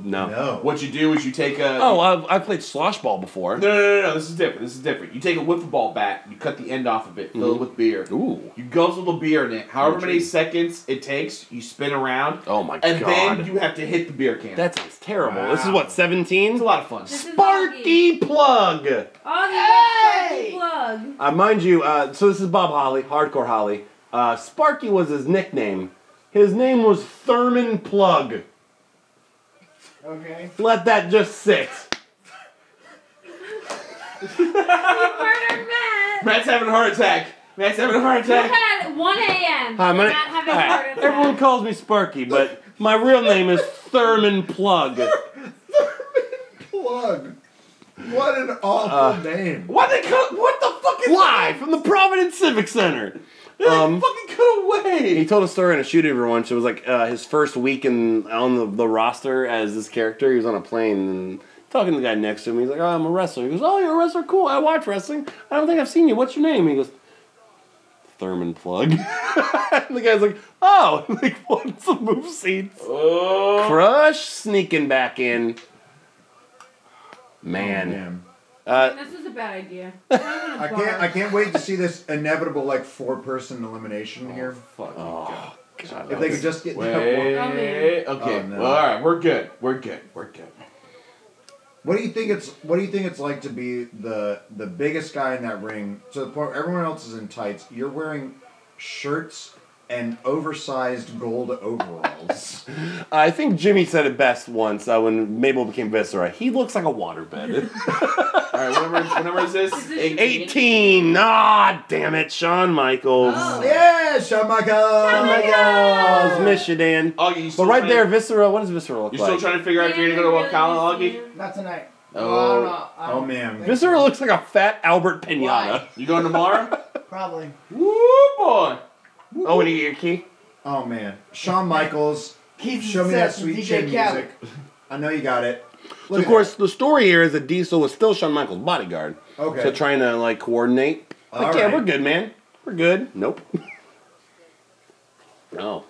S1: No.
S3: No.
S6: What you do is you take a
S1: Oh, I've, I've played slosh ball before.
S6: no, no no no no this is different this is different. You take a wiffle ball bat, you cut the end off of it, fill it with beer.
S1: Mm-hmm. Ooh.
S6: You guzzle the beer in it. However many
S1: Intriguing.
S6: seconds it takes, you spin around,
S1: Oh my
S6: and
S1: god.
S6: then you have to hit the beer can.
S1: that sounds terrible. This is
S3: Wow.
S1: what
S6: it's a
S1: 17.
S6: lot of fun.
S2: This is Augie.
S1: Sparky plug.
S2: Augie,
S7: Hey!
S2: hey! plug.
S1: Uh, mind you, uh, so this is Bob Holly, Hardcore Holly. Uh, Sparky was his nickname. His name was Thurman Plug.
S7: Okay.
S1: Let that just sit.
S2: You murdered Matt.
S6: Matt's having a heart attack. Matt's having a heart attack.
S2: At 1 a.m.
S1: Hi, my
S2: You're
S1: na-
S2: not having
S1: Hi.
S2: heart attack.
S1: Everyone calls me Sparky, but my real name is Thurman Plug.
S3: Plug. What an awful
S1: Uh,
S3: name.
S6: Why they cut? What the fuck is
S1: Live from the Providence Civic Center. Um,
S6: Fucking cut
S1: he
S6: away.
S1: told a story in a shoot over once. It was like uh, his first week in on the, the roster as this character. He was on a plane and talking to the guy next to him. He's like, "Oh, I'm a wrestler." He goes, "Oh, you're a wrestler? Cool. I watch wrestling. I don't think I've seen you. What's your name?" He goes, "Thurman Plug." and the guy's like, "Oh, like what's the move seats?"
S6: Oh.
S1: Crush sneaking back in. Man.
S3: Damn.
S1: Uh,
S2: This is a bad idea. I'm gonna
S3: I can't. I can't wait to see this inevitable like four-person elimination here.
S6: Fucking
S1: Oh, God,
S3: If they could just get that one.
S6: Wait. Okay.
S3: Oh, no.
S6: well, all right. We're good. We're good. We're good.
S3: What do you think it's What do you think it's like to be the the biggest guy in that ring to the point where everyone else is in tights? You're wearing shirts and oversized gold overalls.
S1: I think Jimmy said it best once uh, when Mabel became Viscera. He looks like a waterbed.
S6: All right. Whenever. Whenever is this?
S2: Is this
S6: Eight-
S2: your-
S1: 18. Ah, damn it. Shawn Michaels.
S2: Oh.
S3: yeah, Oh Shamaka.
S1: Michaels, Michigan.
S6: Augie, you still
S1: But right
S6: trying
S1: there,
S6: To,
S1: Viscera, what does Viscera look
S6: you're
S1: like?
S6: still trying to figure out if you're gonna go to Wakala, Augie.
S7: Not tonight. Uh,
S6: Oh.
S7: I don't know. I
S3: Oh
S7: don't
S3: man,
S7: think-
S1: Viscera looks like a fat Albert Pinata.
S6: You going tomorrow?
S7: Probably.
S6: Woo boy.
S1: Oh, and you get your key?
S3: oh man, Shawn Michaels.
S7: Keith
S3: Show me that
S7: Seth,
S3: sweet
S7: DJ
S3: chin
S7: Khaled.
S3: music. I know you got it. Look
S1: of
S3: at
S1: course, the story here is that Diesel was still Shawn Michaels' bodyguard.
S3: Okay.
S1: So trying to like coordinate. Like,
S3: All
S1: yeah,
S3: right.
S1: we're good, man. We're good. Nope. no.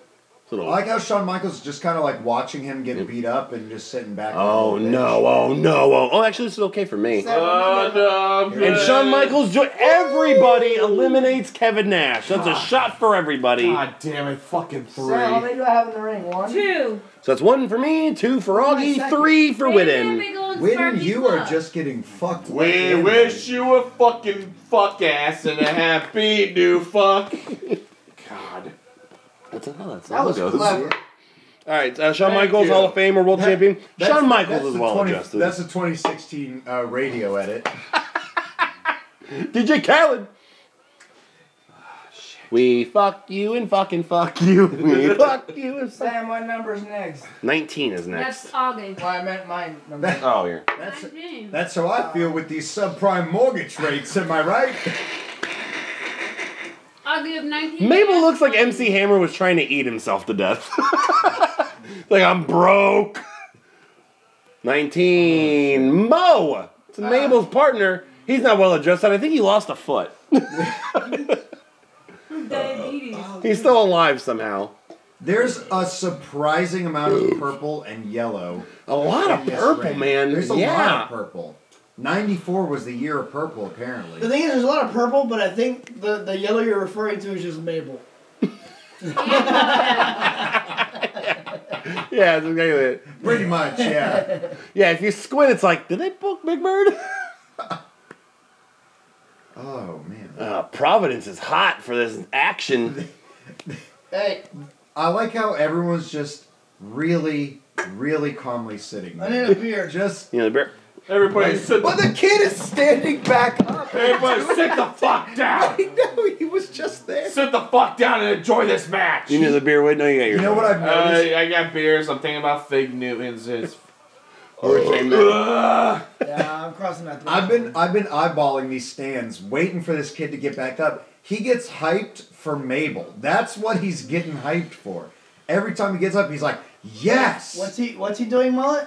S1: It's a
S3: I
S1: little-
S3: like how Shawn Michaels is just kind of like watching him get beat up and just sitting back.
S1: oh
S3: like a bitch.
S1: no! Oh no! Oh, oh, actually, this is okay for me.
S7: Seth,
S6: Oh no. I'm
S1: And
S6: good.
S1: Shawn Michaels, jo- everybody eliminates Kevin Nash. That's a shot for everybody.
S6: God damn it! Fucking three.
S7: Seth, how many do I have in the ring? One.
S2: Two.
S1: So that's one for me, two for
S7: Oh, my
S1: Augie,
S7: second.
S1: three for Whitten.
S3: When
S2: When
S3: you are just getting fucked. right
S6: We
S3: in.
S6: wish you a fucking fuck ass and a happy new fuck. God.
S1: That's how that
S7: That
S1: song
S7: was
S1: goes. All
S7: clever.
S1: right, uh, Shawn
S6: Thank
S1: Michaels,
S6: you.
S1: Hall of Famer, World
S3: That-
S1: Champion.
S3: That's-
S1: Shawn Michaels
S3: that's
S1: is
S3: the
S1: well
S3: 20
S1: adjusted.
S3: That's a 2016 uh, radio edit.
S1: DJ Khaled. We fuck you and fucking fuck you. We fuck you and fuck.
S7: Sam, what number's next?
S1: 19 is next.
S2: That's August.
S7: Well, I meant my number.
S1: Oh, here.
S3: That's
S2: I'm James.
S3: that's how I feel with these subprime mortgage rates. Am I right?
S2: August of 19.
S1: Mabel looks like MC Hammer was trying to eat himself to death. like, I'm broke. 19. Mo! It's
S3: Uh.
S1: Mabel's partner. He's not well adjusted. I think he lost a foot.
S2: Diabetes.
S1: He's still alive somehow.
S3: There's a surprising amount of purple and yellow.
S1: A lot of
S3: in this
S1: purple,
S3: ring.
S1: man.
S3: There's a
S1: yeah.
S3: lot of purple. 94 was the year of purple,
S7: The
S3: apparently.
S7: thing is, there's a lot of purple, but I think the, the yellow you're referring to is just Mabel.
S1: Yeah, it's exactly it.
S3: Pretty much, yeah.
S1: Yeah, if you squint, it's like, did they book Big Bird?
S3: Oh, man.
S1: Uh, Providence is hot for this action.
S7: Hey,
S3: I like how everyone's just really, really calmly sitting
S7: I
S3: there.
S7: need a beer.
S3: Just.
S1: You know, the bear.
S6: Everybody sit
S3: But the kid is standing back up.
S6: Everybody sit the fuck down.
S3: I know, he was just there.
S6: Sit the fuck down and enjoy this match.
S1: You know the beer would know you got your.
S3: You know what I've
S6: Uh,
S3: noticed?
S6: I got beers. I'm thinking about Fig Newtons. It's
S7: Yeah, I'm crossing that.
S3: I've been I've been eyeballing these stands, waiting for this kid to get back up. He gets hyped for Mabel. That's what he's getting hyped for. Every time he gets up, he's like, "Yes."
S7: What's he? What's he doing, mullet?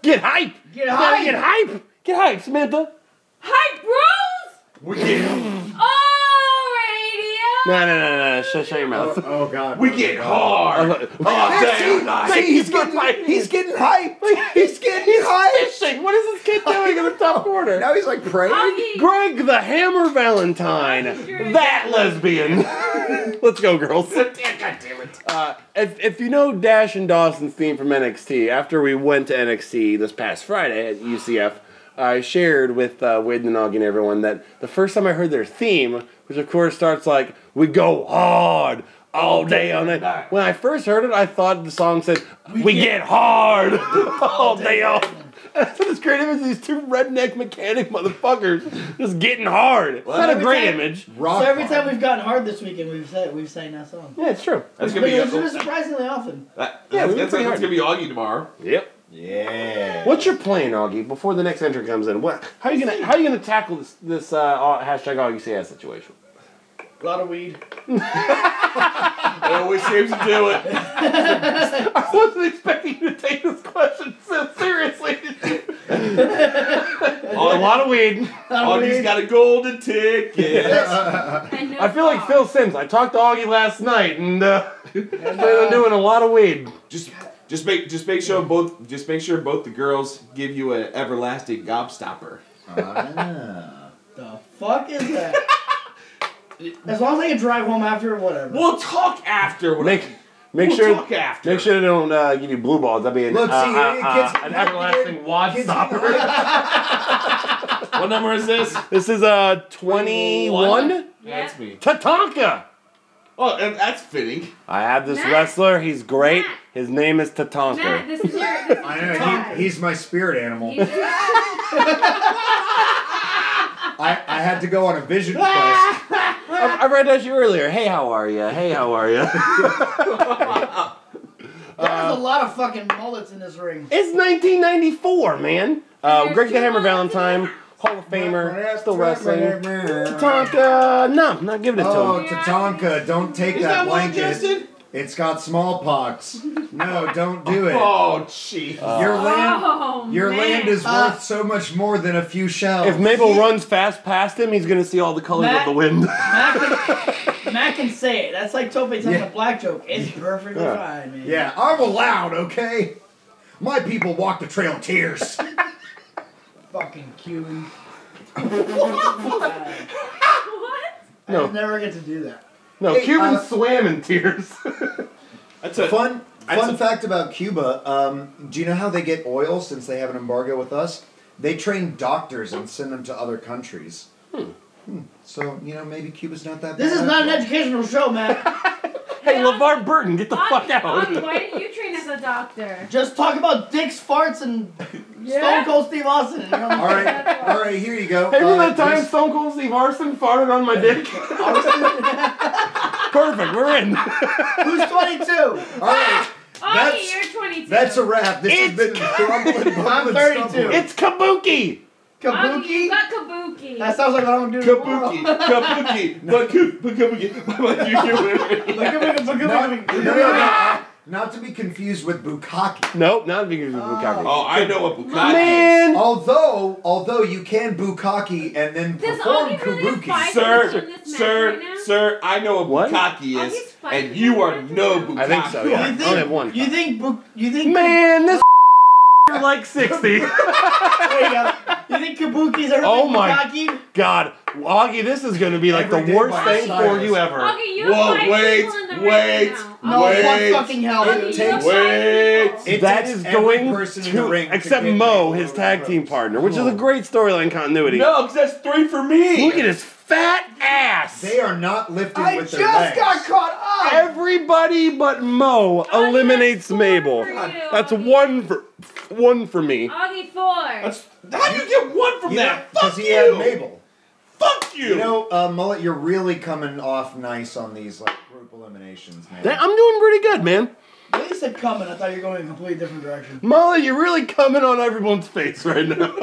S1: Get hype!
S7: Get
S1: You gotta
S7: hype!
S1: Get hype! Get hype, Samantha!
S2: Hi, bros!
S6: we get
S2: Oh, radio!
S1: No, no, no, no, no. Shut, shut your mouth.
S3: Oh, oh God.
S6: we get
S1: Uh,
S6: hard. All
S3: uh,
S6: day, all
S3: oh,
S6: night.
S1: See, he's getting he's
S3: getting hyped. He's getting Oh,
S1: fishing. What is this kid doing in the top corner?
S3: Now he's like praying.
S2: Augie,
S1: Greg the Hammer Valentine, that lesbian. Let's go, girls.
S6: God damn it.
S1: Uh, if, if you know Dash and Dawson's theme from NXT, after we went to NXT this past Friday at UCF, I shared with uh, Wade Nanogi and everyone that the first time I heard their theme, which of course starts like, we go hard all day on night. When I first heard it, I thought the song said, we, get, hard all day all. That's what this great image of these two redneck mechanic motherfuckers just getting hard. It's not a
S7: every
S1: great
S7: time-
S1: image.
S3: Rock
S7: so every time
S3: hard.
S7: we've gotten hard this weekend, we've said we've sang that song.
S1: Yeah, it's true.
S6: That's
S7: But
S6: gonna be.
S7: it's been
S6: That,
S7: surprisingly often.
S6: that,
S1: Yeah,
S6: that's,
S1: it's
S6: that's,
S1: pretty
S6: that's
S1: hard.
S6: gonna be Augie tomorrow.
S1: Yep.
S3: Yeah.
S1: What's your plan, Augie? Before the next entry comes in, what? How are you gonna How are you gonna tackle this this uh, au- hashtag Augie CS situation?
S7: A lot of weed.
S6: It always seems to do it.
S1: I wasn't expecting you to take this question so seriously. a lot of weed.
S6: Augie's got a golden ticket.
S2: and no
S1: I feel like
S2: song.
S1: Phil Sims. I talked to Augie last night, and uh, I'm planning on doing a lot of weed.
S6: Just, just make, just make sure both, just make sure both the girls give you an everlasting gobstopper.
S3: Ah.
S7: The fuck is that? as long as I can drive home after, whatever.
S6: We'll talk after. When
S1: Make
S6: I,
S1: Make
S6: we'll
S1: sure.
S6: talk after.
S1: Make sure they don't uh, give you blue balls. That'd be an,
S3: Look, see,
S1: uh,
S3: it
S1: uh,
S3: gets-
S1: uh, an everlasting wad
S3: Kids
S1: stopper.
S3: getting hyped.
S6: What number is this?
S1: This is uh, 21.
S6: That's me.
S1: Tatanka.
S6: Oh, and that's fitting.
S1: I have this
S2: Matt.
S1: wrestler. He's great.
S2: Matt.
S1: His name is Tatanka.
S2: Matt, this is your. This is
S3: I
S2: your
S3: know.
S2: time.
S3: He, he's my spirit animal.
S2: He's your-
S3: I, I had to go on a vision quest.
S1: Oh, I, I read that to you earlier. Hey, how are you? Hey, how are you?
S7: There's a lot of fucking mullets in this ring.
S1: it's 1994, man. Uh, Greg the Hammer Valentine, Hall of Famer, still wrestling. Tatanka. No, I'm not giving it to
S3: Oh,
S1: him.
S3: Tatanka, don't take
S6: Is
S3: that
S6: that one,
S3: blanket.
S6: Justin?
S3: It's got smallpox. No, don't do it.
S6: Oh, gee.
S3: Your land,
S2: Oh,
S3: your
S2: man.
S3: land is
S7: Uh,
S3: worth so much more than a few shells.
S1: If Mabel runs fast past him, he's gonna see all the colors
S7: Matt.
S1: of the wind.
S7: Matt can, Matt can say it. That's like Tope telling
S3: Yeah.
S7: a black joke. It's perfectly
S1: Yeah.
S7: fine, man.
S3: yeah, I'm allowed. Okay, my people walk the trail of tears.
S7: Fucking Cuban.
S2: What?
S1: No.
S7: I never get to do that.
S1: No,
S3: Hey,
S1: Cuban
S3: uh,
S1: swam in tears.
S6: That's a
S3: Fun
S6: That's
S3: fun
S6: a-
S3: fact about Cuba. Um, do you know how they get oil since they have an embargo with us? They train doctors and send them to other countries. Hmm, So you know maybe Cuba's not that.
S7: This
S3: bad
S7: is not an
S3: after all.
S7: educational show, Matt.
S1: hey, LeVar Burton, get the
S2: Augie,
S1: fuck out.
S2: Augie, why didn't you train as a doctor?
S7: Just talk about dicks, farts, and Stone Cold Steve Austin. And you're
S3: All
S7: like,
S3: right, all right. Here you go.
S1: Remember
S3: Uh,
S1: that time
S3: this-
S1: Stone Cold Steve Austin farted on my dick? Perfect, we're in.
S7: Who's 22?
S3: All right,
S2: Oh,
S3: That's-
S2: you're 22.
S3: that's a wrap. This has been grumbling,
S7: I'm
S3: bumbling,
S7: 32.
S3: stumbling.
S1: It's Kabuki!
S2: Oh, you
S7: Kabuki?
S2: got kabuki.
S7: That sounds like what I'm gonna do tomorrow.
S6: Kabuki, kabuki, but kabuki, kabuki.
S7: Kabuki, Kabuki,
S3: Not, no,
S7: Kabuki.
S3: no, no. Not to be confused with bukkake.
S1: Nope, not because of Bukaki.
S6: Oh, I know what bukkake
S1: man!
S3: Although, although you can bukkake and then
S2: Does
S3: perform
S2: Augie really have
S3: kabuki.
S2: five-
S6: is.
S2: Is this
S6: Sir,
S2: match
S6: sir,
S2: right now?
S6: sir, I know what
S1: What?
S6: bukkake
S2: Oh, he's
S6: is,
S2: fighting
S6: and you are
S2: right
S6: no
S2: now.
S6: bukkake.
S1: I think so, Oh, yeah.
S7: You
S1: I only have
S7: think-
S1: one.
S7: You think Buk- you think
S1: Man, this you're like 60.
S7: Wait, uh, you think Kabuki's everything
S1: Oh my-
S7: Bukaki?
S1: God, Augie, this is gonna be like
S3: Every
S1: the
S3: day
S1: worst
S3: by
S1: thing
S3: Cyrus.
S1: for you ever.
S2: Okay, you have
S6: Whoa,
S2: five
S6: wait,
S2: people in the
S6: wait,
S2: ring right now.
S7: No,
S6: Wait.
S7: what fucking hell,
S2: Augie,
S7: dude.
S2: you have
S3: takes-
S6: Wait.
S2: five people.
S3: It
S1: That
S3: takes
S1: is
S3: every
S1: going
S3: person in the
S1: to,
S3: ring to
S1: except
S3: get
S1: Mo,
S3: Mick
S1: his
S3: Foley
S1: tag
S3: Rhodes.
S1: team partner, which is a great storyline continuity.
S6: No, because that's three for me.
S1: Look at his fat ass.
S3: They are not lifting
S4: I
S3: with
S4: just
S3: their legs.
S4: got caught up.
S1: Everybody but Mo
S2: Augie,
S1: eliminates
S2: that's four
S1: Mabel.
S2: for you,
S1: That's
S2: Augie.
S1: one for one for me.
S2: Augie four.
S6: That's- How do you get one from
S3: You know,
S6: that? Fuck
S3: he
S6: you.
S3: had Mabel.
S6: Fuck you.
S3: You know, uh, Mullet, you're really coming off nice on these like group eliminations, man.
S1: That- I'm doing pretty good, man.
S7: When you said coming, I thought you were going in a completely different direction.
S1: Molly, you're really coming on everyone's face right now.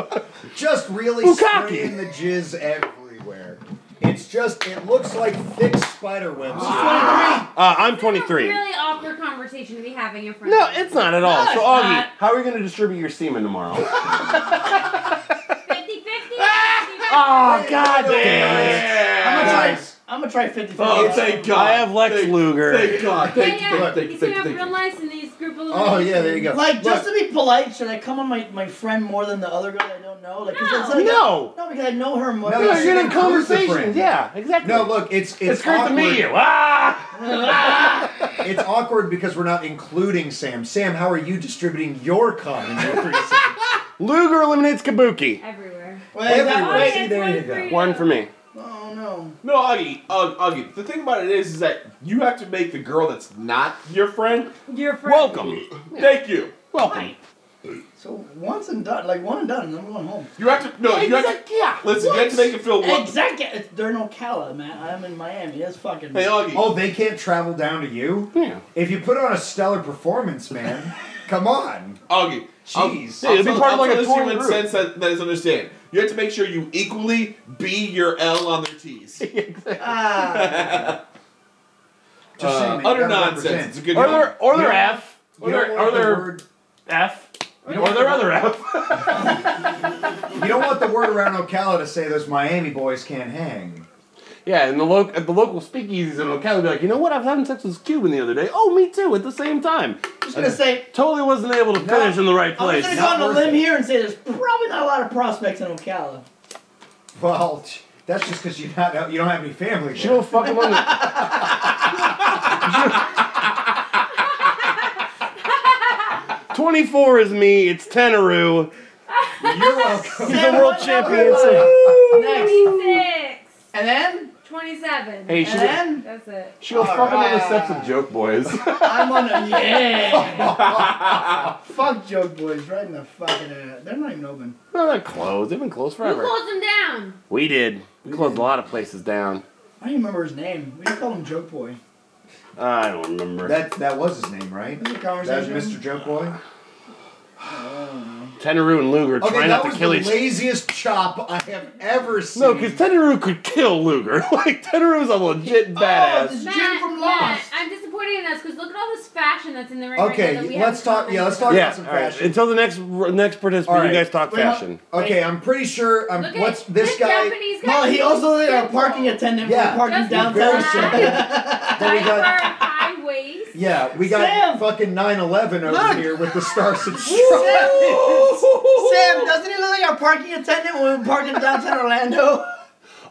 S3: just really
S1: Bukkake.
S3: spraying the jizz everywhere. It's just it looks like thick spider webs.
S1: Uh, I'm
S2: This
S1: 23.
S2: is a really awkward conversation to be having in front
S1: No,
S2: of you.
S1: it's not at all. so,
S7: No, it's
S1: Augie,
S7: not.
S1: how are you going to distribute your semen tomorrow?
S2: 50 50.
S1: oh, God
S3: wait,
S1: damn it.
S7: I'm
S6: Yeah.
S7: gonna try.
S3: Guys.
S7: I'm gonna try 50
S6: Oh, thank God.
S1: I have Lex
S6: thank,
S1: Luger.
S6: Thank God.
S2: Yeah,
S6: Thank
S2: yeah.
S6: thank- thank-
S2: He's
S6: thank-
S2: gonna have
S6: thank-
S2: real life in these group
S3: Oh yeah, there you go.
S7: Like, just
S3: Look,
S7: to be polite, should I come on my, my friend more than the other girl I don't know? Like, 'cause that's-
S1: No.
S7: No, because I know her more.
S3: No,
S1: No, you're
S3: should
S1: going to
S3: include the
S1: conversations.
S3: friend.
S1: Yeah, exactly.
S3: no, look, it's it's,
S1: it's great to
S3: awkward.
S1: meet you. Ah!
S3: It's awkward because we're not including Sam. Sam, how are you distributing your cum in your threesome?
S1: Luger eliminates Kabuki.
S2: Everywhere.
S7: Wait,
S3: Everywhere.
S7: that- wait.
S3: see, there you go.
S1: One for me.
S7: Oh, no.
S6: No, Augie, Aug- Augie. The thing about it is, is that you have to make the girl that's not your friend.
S2: Your friend.
S1: Welcome.
S6: Thank you.
S1: Welcome.
S7: So, once and done, like, one and done, and I'm going home.
S6: You have to. No, you have to.
S1: Yeah.
S6: Listen, you have to make it feel. wel-
S7: Exactly. It's, they're in Ocala, man. I'm in Miami. That's fucking.
S6: Hey, Augie.
S3: oh, they can't travel down to you.
S1: Yeah.
S3: If you put on a stellar performance, man, come on.
S6: Augie. I'll-
S3: Jeez.
S6: I'll
S1: It'd be
S6: tell-
S1: part of
S6: I'll
S1: like
S6: tell
S1: a
S6: this
S1: touring
S6: human
S1: group.
S6: sense that, that is understand. You have to make sure you equally be your L on their T's.
S7: Ah.
S3: Just
S6: Uh,
S3: saying, man, you gotta
S6: utter nonsense.
S3: represent.
S6: It's a good
S1: Or
S6: number.
S1: their, or their
S3: You don't-
S1: F. Or
S3: You don't
S1: their,
S3: want
S1: or
S3: the
S1: their
S3: word-
S1: F. Or their other F.
S3: You don't want the word around Ocala to say those Miami boys can't hang.
S1: Yeah, and the loc at the local speakeasies in Ocala, be like, you know what? I was having sex with Cuban the other day. Oh, me too. At the same time,
S7: just gonna say,
S1: totally wasn't able to finish in the right
S7: I'm
S1: place.
S7: just
S3: It's
S7: gonna go
S3: not
S7: on a
S3: worth
S7: limb
S3: it.
S7: here and say there's probably not a lot of prospects in Ocala.
S3: Well, t- that's just because you not you don't have any family.
S1: She will
S3: There.
S1: fuck him on the. Twenty-four is me. It's Tenaru.
S3: You're welcome.
S1: He's a world champion.
S7: Next.
S2: 26.
S7: And then,
S2: 27.
S1: Hey,
S7: and
S1: she's a,
S7: then,
S2: That's it.
S1: she'll fuck him on the sex of
S7: Alright.
S1: joke boys.
S7: I'm on a yeah. Fuck joke boys, right in the fucking. Uh, they're not even open.
S1: no, they're closed. They've been closed
S2: Who
S1: forever.
S2: closed them down?
S1: We did. We closed a lot of places down.
S7: I don't even remember his name. We just called him Joke Boy.
S1: I don't remember.
S3: That that was his name, right?
S7: This is a
S3: That was
S7: conversation.
S3: Mr. Joke Boy.
S1: Tenaru and Luger
S3: Okay,
S1: try
S3: that
S1: not to
S3: was
S1: kill
S3: the
S1: each
S3: laziest chop I have ever seen.
S1: No, because Tenaru could kill Luger. like, Tenaru's a legit badass.
S7: this- Jim
S2: Matt,
S7: from
S2: Matt,
S7: Lost.
S2: I'm disappointed in us because look at all this fashion that's in the ring. right now that we
S3: Okay,
S2: haven't
S3: let's talk.
S2: covered.
S3: Yeah, let's talk
S1: yeah,
S3: about some
S1: all right.
S3: fashion.
S1: Until the next next participant,
S3: All right.
S1: you guys talk
S7: Wait,
S1: fashion.
S3: Okay, I'm pretty sure. I'm,
S2: Look at
S3: what's this guy?
S2: Japanese guy.
S7: Well, he also is a parking attendant
S3: Yeah.
S7: for parking
S2: Just
S7: downtown.
S3: very simple. Then we got-
S2: Diaper, high waist.
S3: Yeah, we got
S7: Sam!
S3: fucking 911 over
S7: Look!
S3: here with the stars and stripes.
S7: Sam, doesn't he look like a parking attendant when we park in downtown Orlando?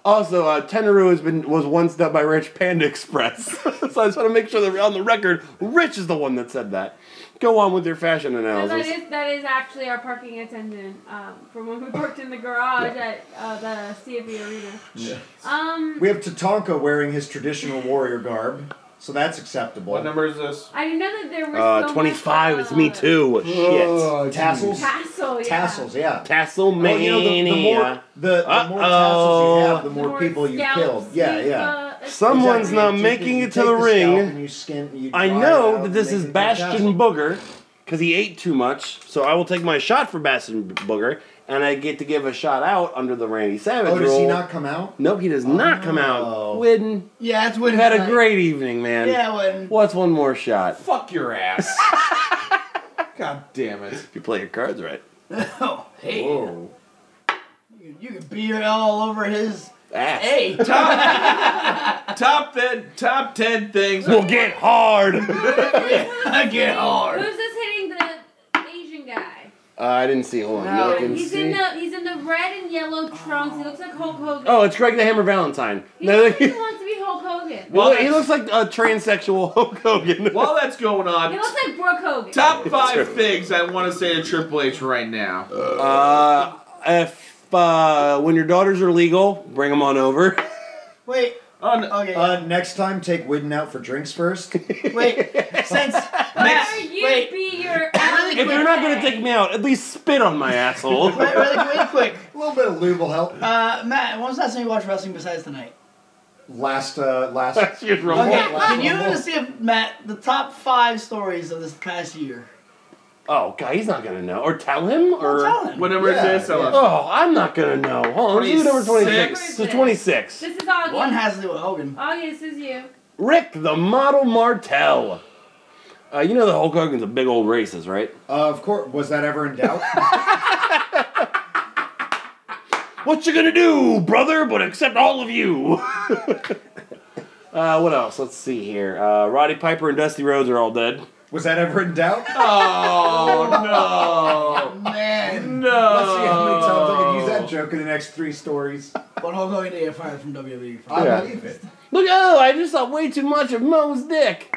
S1: Also, uh, Tenaru has been was once dubbed by Rich Panda Express. so I just want to make sure that we're on the record, Rich is the one that said that. Go on with your fashion
S2: No, that
S1: analysis.
S2: is that is actually our parking attendant um, from when we parked in the garage at uh, the CFB Arena. Um,
S3: We have Tatanka wearing his traditional warrior garb. So that's acceptable.
S6: What number is this?
S2: I didn't know that there was so
S1: Uh,
S2: much,
S1: 25 is
S2: uh,
S1: me too.
S7: Oh,
S1: Shit.
S3: Ugh, tassels.
S2: Tassel, yeah.
S3: Tassels, yeah.
S1: Tasselmania.
S3: Well, you know, the, the more the, the more tassels you have, the
S2: The
S3: more people you
S2: scalps
S3: killed. Yeah,
S2: you've,
S3: yeah.
S2: uh,
S1: Someone's
S2: exactly.
S1: not
S3: You take-
S1: making
S3: you
S1: it to
S3: take
S1: the ring.
S3: scalp and you skin- you
S1: I
S3: dry it
S1: know
S3: out
S1: that
S3: and
S1: this
S3: make
S1: is
S3: it into a tassel.
S1: Bastion Booger because he ate too much. So I will take my shot for Bastion Booger, and I get to give a shot out under the Randy Savage
S3: Oh,
S1: rule.
S3: does he not come out?
S1: Nope, he does not come out.
S3: Oh.
S1: Widden,
S7: Yeah, that's
S1: you
S7: when
S1: had a
S7: it's like-
S1: great evening, man.
S7: Yeah, when
S1: What's one more shot?
S6: Fuck your ass. God damn it.
S1: If you play your cards right.
S7: oh hey,
S3: Whoa.
S7: you, you could beer all over his.
S1: Ass.
S7: Hey, Tom.
S6: Top ten, top ten things.
S1: We'll get hard. uh,
S7: I get hard.
S2: Who's this hitting the Asian guy?
S1: I didn't see. Hold on.
S7: No,
S1: look and
S2: He's
S1: see.
S2: in the he's in the red and yellow trunks. He looks like Hulk Hogan.
S1: oh, it's Greg the Hammer Valentine.
S2: he,
S1: No,
S2: looks like
S1: he,
S2: he wants to be Hulk Hogan.
S6: Well,
S1: he looks like a transsexual Hulk Hogan.
S6: While that's going
S2: He
S6: on,
S2: looks like Brooke Hogan.
S6: top five things I want to say to Triple H right now.
S1: Uh, if uh, when your daughters are legal, bring them on over.
S7: Wait.
S6: On
S7: Okay.
S3: Uh, next time, take Widden out for drinks first.
S7: wait. Since
S2: Whatever
S7: next.
S2: you
S7: Wait.
S2: be your
S7: If
S1: If you're not gonna take me out, at least spit on my asshole.
S7: Wait, really, really quick.
S3: A little bit of lube will help.
S7: Uh, Matt, when was the last time you watched wrestling besides tonight?
S3: Last, uh, last.
S1: That's your rumble.
S7: Okay,
S3: Rumble,
S7: can you
S3: Rumble.
S7: just give Matt the top five stories of this past year?
S1: Oh god, he's not gonna know. Or tell him. Or
S7: Well, tell him.
S6: what number
S3: Yeah,
S6: is this? I
S3: yeah.
S6: want-
S1: oh, I'm not gonna know. Hold on, let's do number twenty-six.
S6: 26.
S1: So twenty-six.
S2: This is Augie.
S7: One has to do with Hogan.
S2: Augie, this is you.
S1: Rick the Model Martel. Uh, you know the Hulk Hogan's a big old racist, right?
S3: Uh, of course, was that ever in doubt?
S1: What you gonna do, brother? But accept all of you. uh, what else? Let's see here. Uh, Roddy Piper and Dusty Rhodes are all dead.
S3: was that ever in doubt?
S6: Oh
S7: Man.
S6: no!
S3: Let's see how many times I can use that
S6: No.
S3: joke in the next three stories.
S7: But Hulk Hogan did get fired from E. WWE.
S3: I
S1: Yeah.
S3: believe it.
S1: Look, oh, I just saw way too much of Moe's dick.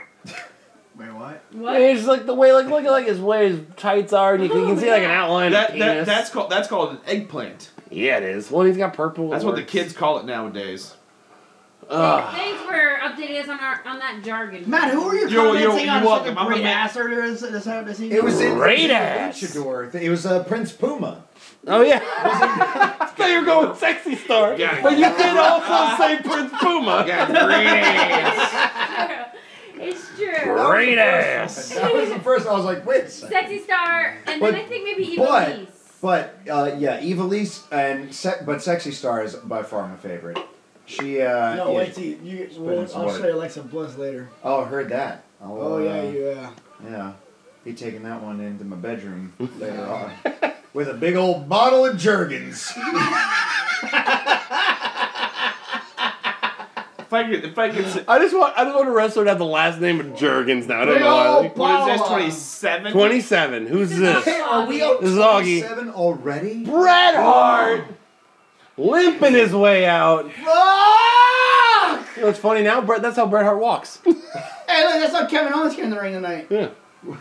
S7: Wait, what?
S2: What?
S1: It's just like the way, like look at like his way his tights are, and you can, you can see like an outline of
S6: That,
S1: penis.
S6: that, that's called that's called an eggplant.
S1: yeah, it is. Well, he's got purple.
S6: That's
S1: it
S6: what the
S1: works.
S6: kids call it nowadays.
S1: Ugh.
S2: Thanks for updating us on our on that jargon.
S7: Matt, who were you
S6: You're-
S7: commenting
S6: you're-
S7: on
S6: you're
S7: fucking
S6: welcome. I'm
S7: great
S6: gonna-
S7: ass earlier this, this, this evening?
S3: It was in
S1: Great
S3: it was in
S1: ass.
S3: Luchador. It was uh, Prince Puma.
S1: Oh yeah. I thought you were going sexy star,
S6: Yeah.
S1: but you did also say Prince Puma.
S6: Yeah, great.
S2: It's true.
S1: Great ass.
S3: That was the first. I was like, wait. a second.
S2: Sexy star, and
S3: But-
S2: then I think maybe
S3: but-
S2: Evilise.
S3: But uh, yeah, Evilise and se- but Sexy Star is by far my favorite. She uh,
S7: no,
S3: yeah.
S7: wait, see, you, well,
S3: Spence,
S7: I'll
S3: what?
S7: show you Alexa Bliss later.
S3: Oh, heard that. I'll,
S7: Oh, yeah,
S3: uh,
S7: yeah.
S3: Yeah. Be taking that one into my bedroom later on. With a big old bottle of Jergens.
S6: If I could, if I could, say-
S1: I just want I just want a wrestler to have the last name of Jergens now. I don't
S7: Big
S1: know why.
S7: old-
S6: what is this?
S7: Wow.
S6: Twenty seven.
S1: Twenty-seven. Who's this?
S3: Hey, are we up
S1: This is Augie.
S3: 27 already?
S1: Bret Hart limping his way out.
S7: Fuck!
S1: You know what's funny now, Bret? That's how Bret Hart walks.
S7: Hey, look, that's how Kevin Owens came in the ring tonight.
S1: Yeah.
S2: Of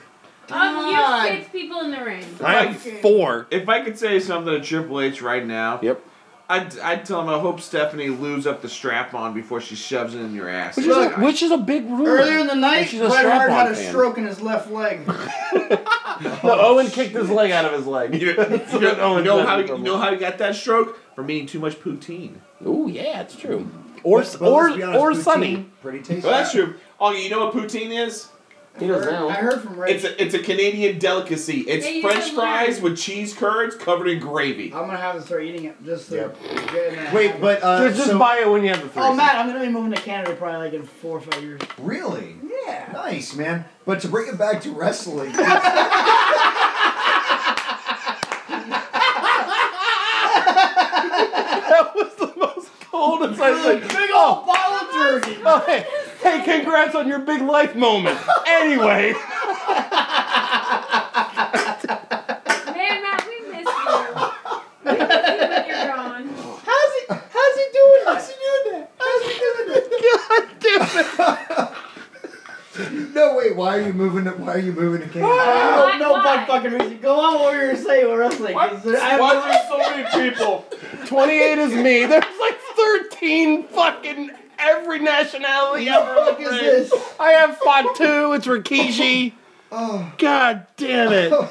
S7: God.
S2: you six people in the ring.
S1: I have four.
S6: If I could say something to Triple H right now,
S1: Yep.
S6: I'd, I'd tell him I hope Stephanie lubes up the strap on before she shoves it in your ass.
S1: Which is, a,
S6: Look,
S1: which is a big rumor.
S7: Earlier in the night,
S1: She's a
S7: Bret Hart
S1: strap-on
S7: had a
S1: fan.
S7: stroke in his left leg.
S1: No, Owen kicked his leg out of his leg.
S6: you, know- you know, you
S1: Owen's
S6: know
S1: not
S6: how
S1: in
S6: you know how he got that stroke from eating too much poutine.
S1: Oh yeah, it's true. Or
S3: But
S1: or
S3: let's be honest,
S1: or
S3: poutine,
S1: Sunny.
S3: Pretty tasty.
S6: Well, that's true. Oh, you know what poutine is?
S1: He knows
S7: I
S1: now.
S7: heard from Ray.
S6: It's a, it's a Canadian delicacy. It's
S2: Yeah, you
S6: French
S2: can
S6: fries
S2: learn.
S6: with cheese curds covered in gravy.
S7: I'm gonna have to start eating it just to
S3: Yep.
S7: get in that.
S3: Wait, but uh,
S1: just
S3: so-
S1: buy it when you have the three.
S7: Oh, Matt, I'm gonna be moving to Canada probably like in four or five years.
S3: really
S7: Yeah.
S3: nice, man. But to bring it back to wrestling,
S1: That was the most coldest. I was like,
S7: Big old bottle of jerky.
S1: oh, hey, hey, congrats on your big life moment. Anyway,
S2: Man, Matt, we miss you. We miss you when you're gone.
S7: How's he? How's he doing? How's he doing that? How's he doing that?
S3: no wait, why are you moving? To, why are you moving to Canada?
S7: I don't know
S2: Why?
S7: by fucking reason. Go on what we were saying with wrestling.
S6: Why,
S7: Is there- I have
S6: why
S7: no-
S6: are there so many people?
S1: 28 is me. There's like 13 fucking every nationality ever. on the
S4: fuck is
S1: planet.
S4: this?
S1: I have Fatu. It's Rikishi. God damn it.
S6: Oh,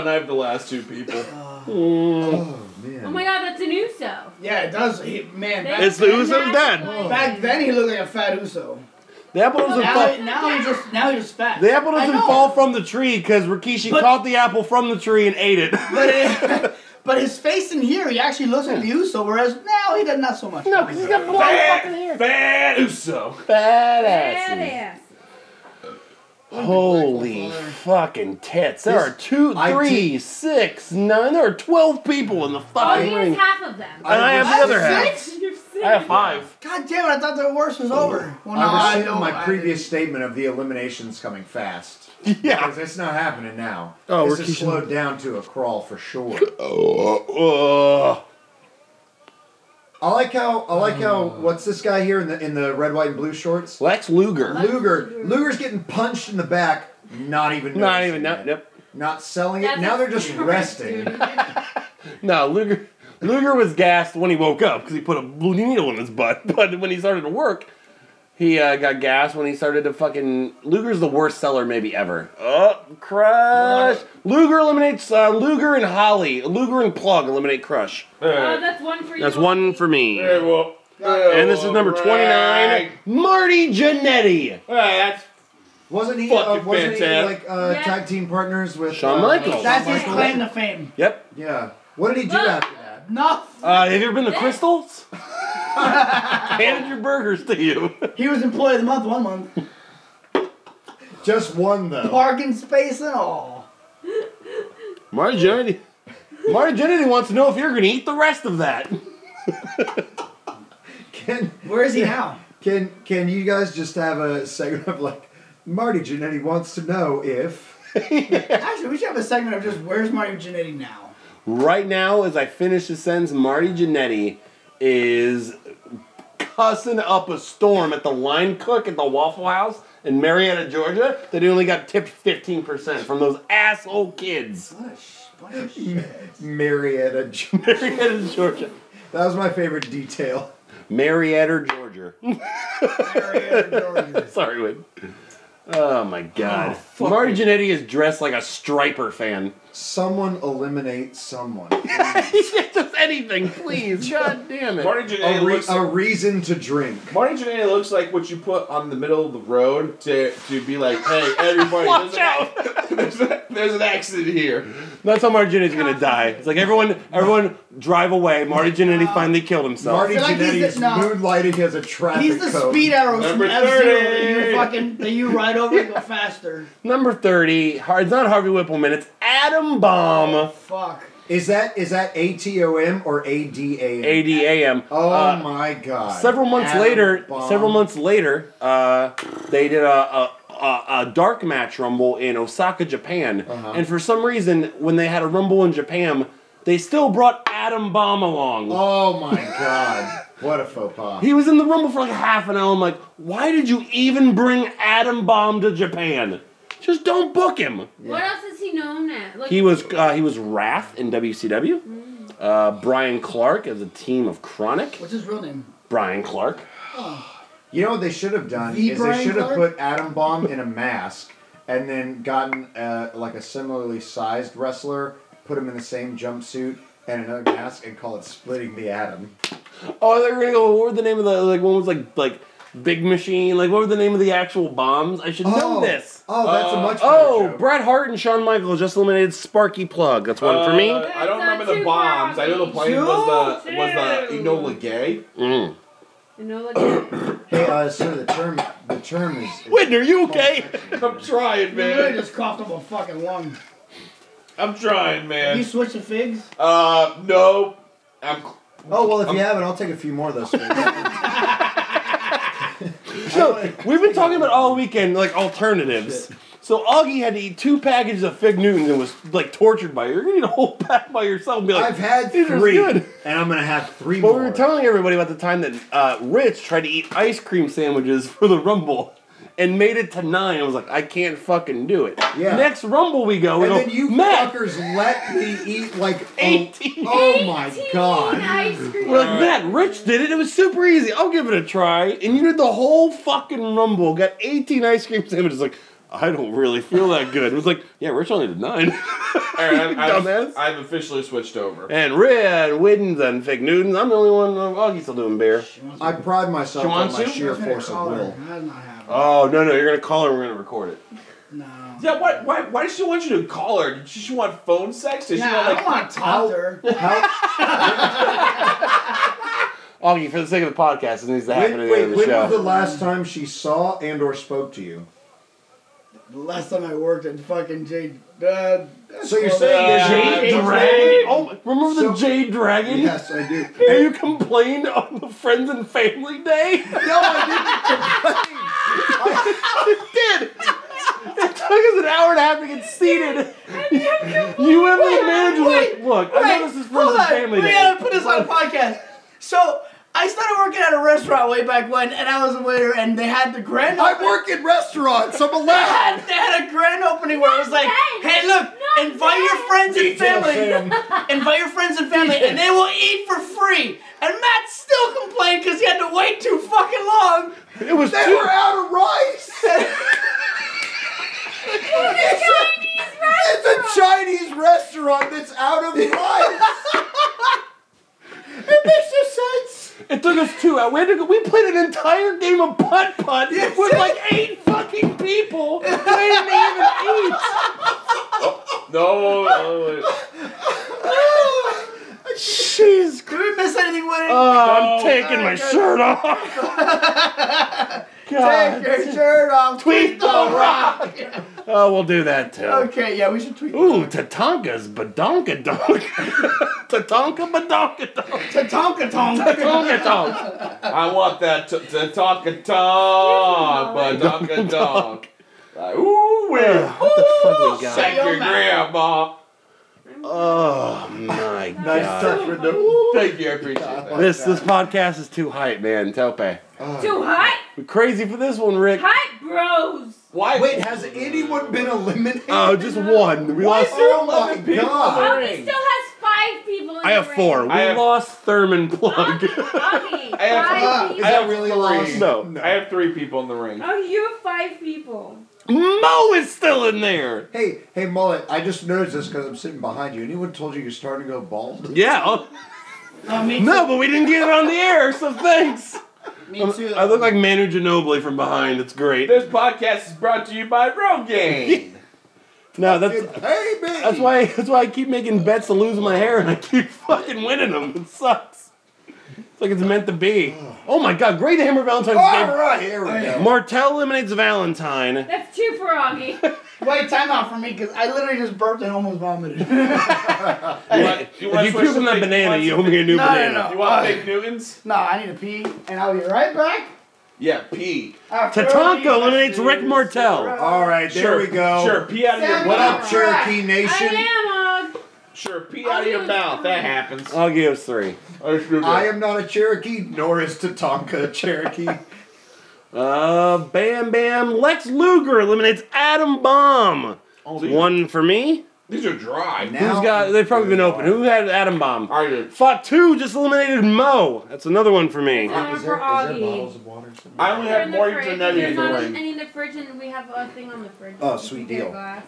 S6: and I have the last two people.
S3: Oh man.
S2: Oh my god, that's an Uso.
S7: Yeah, it does. He, man, back,
S1: It's the Uso's dad.
S7: back then he looked like a fat Uso.
S1: The apple doesn't
S7: Now,
S1: fall.
S7: now he's just now he's just fat.
S1: The apple
S7: I
S1: doesn't
S7: know.
S1: fall from the tree because Rikishi
S7: But-
S1: caught the apple from the tree and ate it.
S7: But, it, but his face in here, he actually looks like the Uso, whereas now he does not so much.
S1: no, because he's got blonde fucking hair.
S6: Fat Uso.
S1: Badass.
S2: Badass.
S1: Holy fucking tits. There
S3: This-
S1: are two,
S3: I
S1: three, six, nine. There are 12 people in the
S2: Oh,
S1: fucking
S2: you
S1: ring.
S2: use
S1: And
S2: half of them.
S1: I have the other half.
S2: You're sick.
S1: I have five.
S7: God damn it! I thought the worst was over. Well, no,
S3: I rescind
S7: know,
S3: my
S7: I-
S3: previous statement of the eliminations coming fast.
S1: Yeah.
S3: Because it's not happening now.
S1: Oh,
S3: this
S1: we're
S3: is
S1: keeping-
S3: slowed down to a crawl for sure.
S1: Ugh.
S3: I like how I like how
S1: Uh.
S3: what's this guy here in the in the red, white, and blue shorts?
S1: Lex Luger.
S3: Luger. Luger's getting punched in the back. Not even.
S1: Not
S3: noticing
S1: even,
S3: it.
S1: nope, nope.
S3: Not selling it.
S2: That's
S3: Now
S2: a
S3: they're just
S2: story,
S3: resting.
S2: dude.
S1: No, Luger. Luger was gassed when he woke up because he put a blue needle in his butt. But when he started to work, he uh, got gassed when he started to fucking. Luger's the worst seller maybe ever. Oh, Crush. Luger eliminates uh, Luger and Holly. Luger and Plug eliminate Crush.
S2: Oh,
S6: Alright.
S2: that's one for you.
S1: That's one for me.
S6: Very well.
S1: And this is number 29,
S6: Alright.
S1: Marty Jannetty.
S6: Alright, that's
S3: Wasn't he? Uh,
S6: Fucking
S3: wasn't he
S6: fantastic.
S3: like uh,
S2: Yeah.
S3: tag team partners with
S1: Shawn
S3: uh,
S1: Michaels.
S7: That's his
S3: Michaels?
S7: claim to fame.
S1: Yep.
S3: Yeah. What did he do
S2: Look.
S3: after that?
S7: No,
S1: Uh, have you ever been to Crystals? Handed your burgers to you.
S7: he was employee of the month one month.
S3: Just one though.
S7: Parking space and all.
S1: Marty Jannetty. Marty Jannetty wants to know if you're going to eat the rest of that.
S3: Can
S7: Where is he now?
S3: can can you guys just have a segment of like Marty Jannetty wants to know if
S7: Actually, we should have a segment of just where's Mario Jannetty now.
S1: Right now, as I finish the sentence, Marty Jannetty is cussing up a storm at the line cook at the Waffle House in Marietta, Georgia, that he only got tipped 15% from those asshole kids.
S7: What a sh- bunch of shit.
S3: Marietta. Jan-
S1: Marietta, Georgia.
S3: That was my favorite detail.
S1: Marietta, Georgia.
S7: Marietta, Georgia.
S1: Sorry, Wade. Oh my god. Marty Jannetty is dressed like a striper fan.
S3: Someone eliminate someone.
S1: Just anything, please. God damn it.
S6: Marty Jannetty
S3: a, re-
S6: looks
S3: a reason to drink.
S6: Marty Jannetty looks like what you put on the middle of the road to, to be like, hey, everybody,
S1: Watch
S6: there's, An, there's, a- there's an accident here.
S1: That's how Marty Jannetty's gonna die. It's like everyone, everyone drive away. Marty Jannetty finally killed himself.
S3: Marty
S7: feel like he's
S3: Jannetty
S7: the-
S3: is
S7: no.
S3: moonlighting as a traffic
S7: He's the
S3: cone.
S7: speed arrows from
S6: Number
S7: F Zero that
S6: 30.
S7: you fucking that you ride over and go faster.
S1: Number thirty. Har- It's not Harvey Whippleman. It's Adam Bomb.
S7: Fuck.
S3: Is that is that A T O M or A D A M?
S1: ADAM.
S3: Oh
S1: Uh,
S3: my god.
S1: Several months
S3: Adam
S1: later,
S3: Bomb.
S1: several months later, uh, they did a, a, a, a dark match rumble in Osaka, Japan.
S3: Uh-huh.
S1: And for some reason, when they had a rumble in Japan, they still brought Adam Bomb along.
S3: Oh my god. What a faux pas.
S1: He was in the rumble for like half an hour. I'm like, why did you even bring Adam Bomb to Japan? Just don't book him.
S2: What else is he known at? Like,
S1: He was uh, he was Wrath in WCW. Uh, Brian Clark as a team of Chronic.
S7: What's his real name?
S1: Brian Clark.
S3: You know what they should have done
S7: The
S3: is
S7: Brian
S3: they should have
S7: Clark?
S3: put Adam Bomb in a mask and then gotten uh, like a similarly sized wrestler, put him in the same jumpsuit and another mask, and call it splitting the atom.
S1: Oh, they were gonna go. What were the name of the like one was like like Big Machine? Like what were the name of the actual bombs? I should know this.
S3: Oh, that's a much better
S1: Oh,
S3: joke.
S1: Bret Hart and Shawn Michaels just eliminated Sparky Plug. That's one for
S6: Uh,
S1: me.
S6: I don't
S2: That's
S6: remember
S2: not
S6: the
S2: too
S6: bombs.
S2: far
S6: I know the
S2: off.
S6: plane was the
S2: Two.
S6: was the Enola Gay.
S1: Mm.
S2: You know, like, you
S3: Hey, uh, sir, the term the term is. is
S1: Whitney, are you okay?
S6: I'm trying,
S7: He literally
S6: man.
S7: just coughed up a fucking lung.
S6: I'm trying,
S7: You
S6: man.
S7: switch the figs?
S6: Uh, no. I'm.
S3: oh well, if you haven't, I'll take a few more of those.
S1: No, we've been talking about all weekend like alternatives. So Augie had to eat two packages of Fig Newtons and was like tortured by it. You're gonna eat a whole pack by yourself and be like,
S3: I've had
S1: "These are
S3: three,
S1: good."
S3: and I'm gonna have three
S1: But
S3: more.
S1: we were telling everybody about the time that uh, Rich tried to eat ice cream sandwiches for the Rumble. and made it to nine. I was like, I can't fucking do it.
S3: Yeah.
S1: Next Rumble we go.
S3: And
S1: we
S3: then
S1: go,
S3: you
S1: Matt.
S3: fuckers let me eat like a-
S1: 18.
S3: Oh my god.
S2: Ice cream.
S1: We're like, Matt, Rich did it. It was super easy. I'll give it a try. And you did the whole fucking Rumble. Got 18 ice cream sandwiches. Like, I don't really feel that good. It was like, yeah, Rich only did nine.
S6: All right, I've,
S1: Dumbass.
S6: I've, I've officially switched over.
S1: and Red, Widdens, and Fig Newtons. I'm the only one. Augie's still doing beer.
S3: I pride myself
S6: You
S3: on
S6: want
S3: my
S6: to?
S3: sheer force of will.
S7: Oh, That's not happening.
S1: Oh, no, no. You're going to call her and we're going to record it.
S7: no.
S6: Yeah, why, why, why does she want you to call her? Did she just want phone sex? Did she
S7: Nah,
S6: want,
S7: I
S6: like,
S7: don't want to talk to her.
S3: How,
S1: Augie, for the sake of the podcast, it needs to happen
S3: when,
S1: at the
S3: wait,
S1: end of the
S3: when was the
S1: show.
S3: last time she saw and or spoke to you?
S7: The last time I worked at fucking J. Uh,
S3: So you're saying
S7: well,
S3: there's
S7: uh,
S1: Jade
S7: Jade
S1: Dragon? Oh, my- remember the
S3: So-
S1: Jade Dragon?
S3: Yes, I do.
S1: And you complained on the Friends and Family Day?
S3: No, I
S1: it did. It took us an hour and a half to get seated. you and the manager were like, look, I know this is friends
S7: hold
S1: and
S7: on.
S1: family
S7: we
S1: day.
S7: gotta put this on a podcast. So I started working at a restaurant way back when, and I was a waiter, and they had the grand.
S3: didn't. I
S7: open-
S3: work in restaurants. I'm
S7: They
S3: allowed.
S7: had, they had a grand opening where it was like,
S2: then.
S7: "Hey, look,
S2: Not
S7: invite your
S2: then.
S7: friends and
S3: Tell
S7: family,
S3: Sam,
S7: invite your friends and family, and they will eat for free." And Matt still complained because he had to wait too fucking long.
S1: It was
S3: They
S1: two,
S3: were out of rice. it's, a, it's a Chinese restaurant that's out of rice. it makes no sense.
S1: it took us two hours. We, had to go, we played an entire game of putt putt with like eight fucking people. We didn't even eat.
S6: no, no, no.
S1: Jeez.
S7: Did we miss anything, Winnie?
S1: Oh, I'm
S6: No.
S1: taking my shirt off.
S7: Take
S1: God.
S7: your shirt off.
S1: Tweet the rock. Oh, we'll do that too.
S7: Okay, yeah, we should tweet.
S1: Ooh, Tatanka's badonka donk. Tatanka badonka donk.
S7: Tatonka tonk.
S1: Badonka donk.
S6: I want that to, to talk a talk, but talk a talk. Like, ooh, where?
S1: What the fuck we got?
S6: Thank your grandma.
S1: Oh my
S3: Nice
S1: god.
S3: touch with the.
S6: Thank you, I appreciate that.
S1: This this podcast is too hype, man. Tope.
S2: Too hot,
S1: We're crazy for this one, Rick.
S2: hot bros.
S6: Why?
S3: Wait, has anyone been eliminated?
S1: Oh, just one. We
S6: Why
S1: lost.
S6: is there
S3: Oh my
S6: 11 people
S3: God.
S6: in the
S2: Augie
S6: ring?
S2: still has five people. In
S1: I
S2: the
S1: have four.
S2: Ring.
S1: We
S6: I have-
S1: lost Thurman plug.
S2: Augie, Augie,
S6: I have-
S3: Ah,
S2: five
S3: is
S2: people.
S3: that really lost?
S1: No.
S6: I have three people in the ring.
S2: Oh, you have five people.
S1: Mo is still in there.
S3: Hey, hey, Mullet, I just noticed this because I'm sitting behind you. Anyone told you you're starting to go bald?
S1: Yeah. oh-
S7: Oh, me
S1: No, but we didn't get it on the air, so thanks.
S7: Me too.
S1: I look like Manu Ginobili from behind. It's great.
S6: This podcast is brought to you by Rogaine.
S1: No, that's
S3: Hey, me!
S1: That's why that's why I keep making bets to lose my hair and I keep fucking winning them. It sucks. It's like it's meant to be. Oh my god, great hammer Valentine's
S3: All
S1: Day.
S3: right, here we go.
S1: Martel eliminates Valentine.
S2: That's two for Augie.
S7: Wait, time out for me, because I literally just burped and almost vomited. no,
S1: If
S6: If
S1: you poop in that banana, you owe me a new
S7: No, no,
S1: banana.
S7: no.
S6: You want fake Newtons?
S7: I need to pee, and I'll be right back.
S6: Yeah, pee.
S7: after
S1: Tatanka
S7: these
S1: eliminates Rick
S7: messages.
S1: Martel.
S3: All right, there
S6: sure,
S3: we go.
S6: Sure, pee out of your
S7: Sam-
S3: What
S6: mouth.
S3: up, Cherokee Nation?
S2: I am Augie.
S6: Sure, pee out of your mouth. That happens.
S1: I'll give us three.
S3: I am not a Cherokee, nor is Tatanka a Cherokee.
S1: Uh, bam, bam. Lex Luger eliminates Adam Bomb.
S6: Oh, these,
S1: One for me.
S6: these are dry.
S3: Now-
S1: Who's got? They've probably been open. Who had Adam Bomb?
S6: I did.
S1: Fatu just eliminated Mo. That's another one for me. Uh,
S2: One for
S3: Is there, is there
S2: Augie.
S3: bottles of water somewhere?
S6: I only
S2: They're
S6: have
S2: in the
S6: more
S2: fridge.
S6: than
S2: There's
S6: in the
S2: not
S6: ring.
S2: any in the fridge, and we have a thing on the fridge.
S3: Oh, sweet
S2: Their
S3: deal.
S2: glass.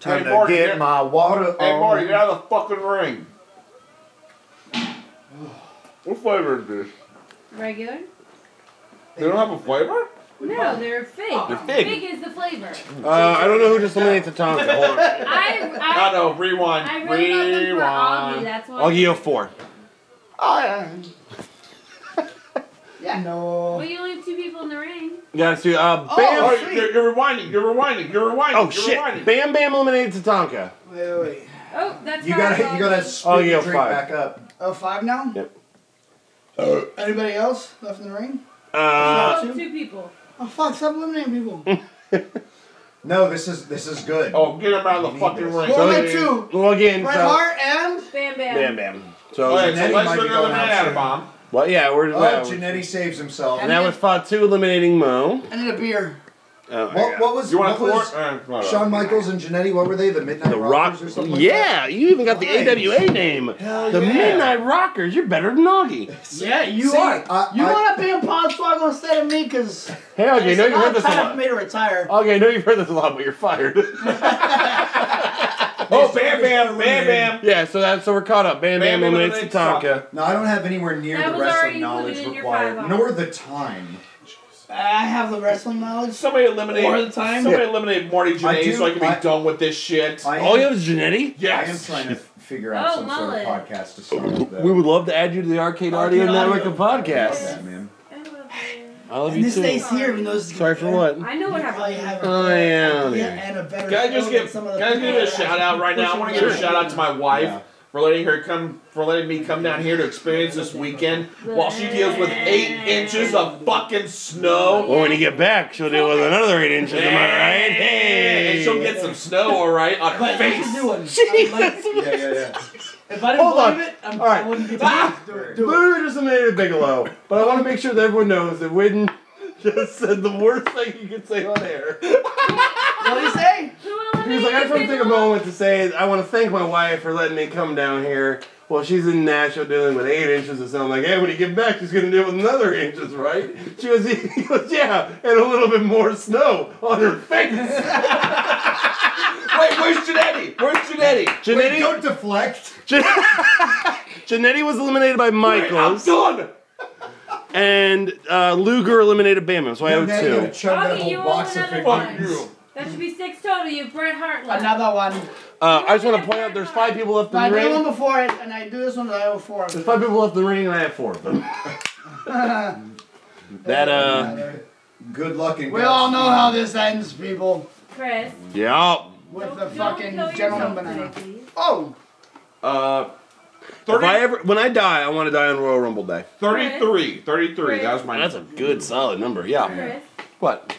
S3: Time
S6: Hey,
S3: to
S6: Marty,
S3: get
S6: get-
S3: my water
S6: Hey,
S3: on.
S6: Marty, get out of the fucking ring. What flavor is this?
S2: Regular?
S6: They don't have a flavor?
S2: No, they're fig.
S1: They're fig.
S2: is the flavor.
S1: Uh, I don't know who just eliminated Tatanka. Hold on.
S2: I,
S6: I
S2: I,
S6: know. Rewind.
S2: I really got them for Augie.
S6: rewind.
S2: That's why.
S1: I'll give you a four.
S7: Oh, yeah. yeah, no.
S2: But you only have two people in the ring.
S1: Got to uh, Bam.
S7: Oh,
S6: Oh,
S1: Oh,
S7: Sweet.
S6: you're, you're rewinding. You're rewinding. You're rewinding.
S3: Oh,
S6: you're
S1: shit!
S6: Rewinding.
S1: Bam Bam eliminated Tatanka.
S7: Wait, wait, wait.
S2: Oh, that's
S3: You
S2: why I
S3: gotta, you gotta
S2: Augie.
S3: spit
S1: Oh,
S3: oh,
S1: yeah,
S3: drink
S1: five.
S3: back up.
S7: Oh, five now? Uh,
S1: Yep.
S7: Anybody else left in the ring?
S1: Uh,
S2: Oh, two people.
S7: Oh, fuck, stop eliminating people.
S3: No, this is this is good.
S6: Oh, get him out of the fucking ring.
S7: Well, only two.
S1: well again,
S7: Bret
S1: so,
S7: Hart and.
S2: Bam, bam.
S1: Bam Bam. So,
S6: All right,
S3: Janetti
S6: so let's
S3: might
S6: look
S3: be
S6: at the
S3: going out
S6: man
S3: soon.
S6: bomb.
S1: well, yeah, we're just
S3: Oh,
S1: yeah, we're-
S3: Janetti saves himself.
S1: and that was Fatu eliminating Mo.
S7: I need a beer.
S1: Oh, my
S3: What,
S1: God.
S3: what was,
S6: You want
S3: what
S6: to pour?
S3: was
S6: Uh, no, no.
S3: Shawn Michaels and Janetti? What were they? The Midnight
S1: the
S3: Rockers
S1: Rock?
S3: or something? like that?
S1: yeah, you even got the
S3: Nice.
S1: AWA name. the
S6: yeah.
S1: Midnight Rockers. You're better than Augie.
S7: Yeah, you
S3: See,
S7: are.
S3: I-
S4: You
S3: I-
S4: want to be a Podswoggle instead of me? Because
S1: Hey, Augie, I know
S7: it's
S1: you've
S7: about
S1: heard this a
S7: time for
S1: lot.
S7: me to retire.
S1: Augie, I know you've heard this a lot, but you're fired.
S6: Oh, Bam Bam, Bam Bam.
S1: yeah, so that so we're caught up. Bam Bam,
S6: Bam
S1: eliminates
S6: eliminates
S1: Tatanka.
S3: No, I don't have anywhere near
S2: That
S3: the
S2: was already included
S3: wrestling knowledge
S2: in your
S3: required,
S2: five
S3: nor the time.
S7: I have the wrestling knowledge.
S6: Somebody eliminate.
S7: Or the time.
S6: Somebody eliminate Marty
S3: I
S6: Jannetty
S3: do-
S6: so I can be
S3: I-
S6: done with this shit.
S3: I am,
S1: Oh, you have Janetti?
S3: I am
S6: yes.
S3: trying to figure out
S2: Oh,
S3: some sort of
S2: mullet.
S3: podcast to start with. Though.
S1: We would love to add you to the Arcade,
S7: Arcade
S1: Audio Network
S7: Audio.
S1: of
S3: Love
S1: Podcasts.
S3: that, man.
S2: I love you.
S1: I love
S7: And
S1: you
S7: this
S1: too.
S7: stays here even though this is
S1: Sorry for what?
S2: I know what
S7: You probably
S2: happened.
S7: have a
S1: Oh, yeah.
S7: better idea and a better
S6: Can I just
S7: show
S6: give,
S7: than some of the
S6: can I just
S7: people
S6: give a
S7: that are
S6: shout out right now? I want to give a
S7: pushing
S6: shout out to my wife
S3: Yeah.
S6: for letting her come, for letting me come down here to experience this weekend while she deals with eight inches of fucking snow.
S1: Well, when you get back, she'll deal with another eight inches. Am I right? Hey,
S6: And she'll get some snow, all right, on her
S7: But
S6: face.
S7: here's the new one. I like-
S3: Yeah, yeah, yeah.
S7: if I didn't
S1: Hold on.
S7: believe it, I'm,
S1: All right.
S7: I wouldn't get
S6: Ah!
S7: to do it.
S1: Boo just eliminated Bigelow. But I want to make sure that everyone knows that Witten just said the worst thing you could say on air.
S6: Ah!
S7: What do you say?
S1: He was like, I just want to take a moment to say I want to thank my wife for letting me come down here. Well, she's in Nashville dealing with eight inches of snow. I'm like, hey, when you get back, she's gonna deal with another inches, right? She goes, he goes, yeah, and a little bit more snow on her face.
S6: Wait, where's Janetti? Where's Janetti?
S3: Wait, don't deflect.
S1: Janetti was eliminated by
S6: Wait, I'm done.
S1: and uh, Luger eliminated Bama, so I
S3: now you gotta chug
S2: Bobby,
S3: that
S2: you
S3: whole
S2: owe
S3: box of
S2: another
S3: fig
S2: one.
S3: Newtons.
S6: Fuck you.
S2: That should be six total. You have Bret Hart left.
S7: Another one.
S1: Uh, I just want to point out there's five people left in
S7: But I
S1: the
S7: did one
S1: ring.
S7: before it, and I do this one that I owe four.
S1: There's five people left in the ring, and I have four of them. that uh,
S3: Good luck and
S7: We all know how this ends, people.
S2: Chris.
S1: yeah.
S7: With
S2: don't-
S7: the
S2: don't
S7: fucking
S2: kill
S7: gentleman
S2: yourself
S7: banana.
S2: today, please.
S7: Oh!
S6: Uh,
S1: If I
S6: 30,
S1: ever, when I die, I want to die on Royal Rumble Day.
S6: 33. 33. That was my
S1: That's a good, solid number. Yeah.
S2: Chris.
S1: What?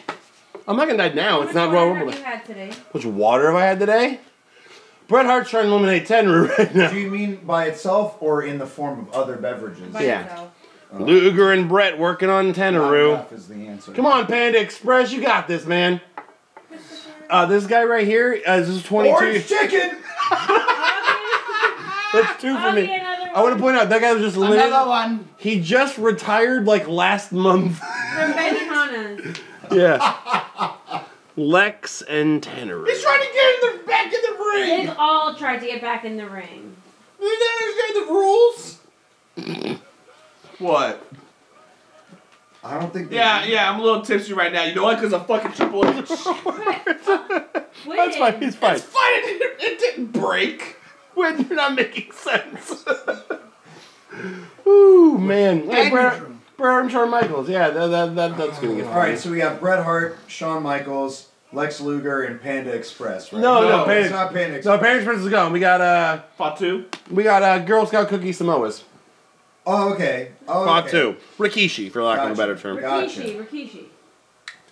S1: I'm not gonna die now. It's
S2: how
S1: not
S2: much
S1: Royal
S2: water
S1: Rumble Day.
S2: have you had today?
S1: Which water have I had today? Bret Hart's trying to eliminate ten right now.
S3: Do you mean by itself or in the form of other beverages?
S2: By
S1: Yeah.
S2: yourself.
S1: Luger and Brett working on
S3: Not
S1: Tenaru.
S3: enough is the answer.
S1: Come on, Panda Express, you got this, man. Uh, this guy right here, uh, this is 22.
S3: Orange chicken.
S1: That's two for
S2: I'll
S1: me.
S2: be another
S1: I want to point out that guy was just eliminated.
S7: Another one.
S1: He just retired like last month.
S2: From Benihana's.
S1: yeah. Lex and Tanner.
S6: He's trying to get in the back of the ring.
S2: They've all tried to get back in the ring.
S6: You don't understand the rules? what?
S3: I don't think. they-
S6: Yeah, yeah, I'm a little tipsy right now. You know what? Because of fucking Triple H. it's fine.
S1: That's fine. He's fine.
S6: It didn't, it didn't break.
S1: When you're not making sense. Ooh man. Hey, Brad, Brad and Shawn Michaels. Yeah, that, that, that, that's gonna get.
S3: All right, so we got Bret Hart, Shawn Michaels, Lex Luger, and Panda Express. Right?
S1: No, no,
S6: No,
S1: Panda.
S3: it's not Panda
S1: No,
S3: Express.
S1: Panda Express is gone. We got uh,
S6: Fatu.
S1: we got uh, Girl Scout cookie Samoas.
S3: Oh, okay. Oh, okay.
S1: Fatu. Rikishi, for lack of a
S3: Gotcha.
S1: better term.
S3: Gotcha.
S2: Rikishi, Rikishi.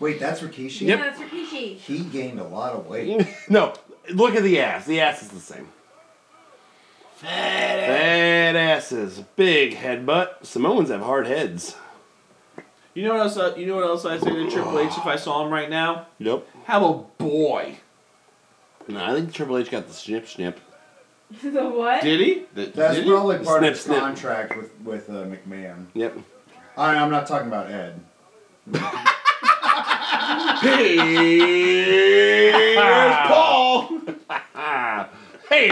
S3: Wait, that's Rikishi.
S2: Yeah, that's Rikishi.
S3: He gained a lot of weight.
S1: no, look at the ass. The ass is the same. Fat, asses, big headbutt. Samoans have hard heads.
S6: You know what else? Uh, you know what else I'd say to Triple H if I saw him right now?
S1: Yep.
S6: Have a boy.
S1: No, I think Triple H got the snip snip.
S2: the what?
S6: Did he? Th-
S3: That's
S6: did he?
S3: probably part
S1: Snip,
S3: of his
S1: snip.
S3: contract with with uh, McMahon.
S1: Yep.
S3: I, I'm not talking about Ed.
S6: Here's Paul.
S1: Hey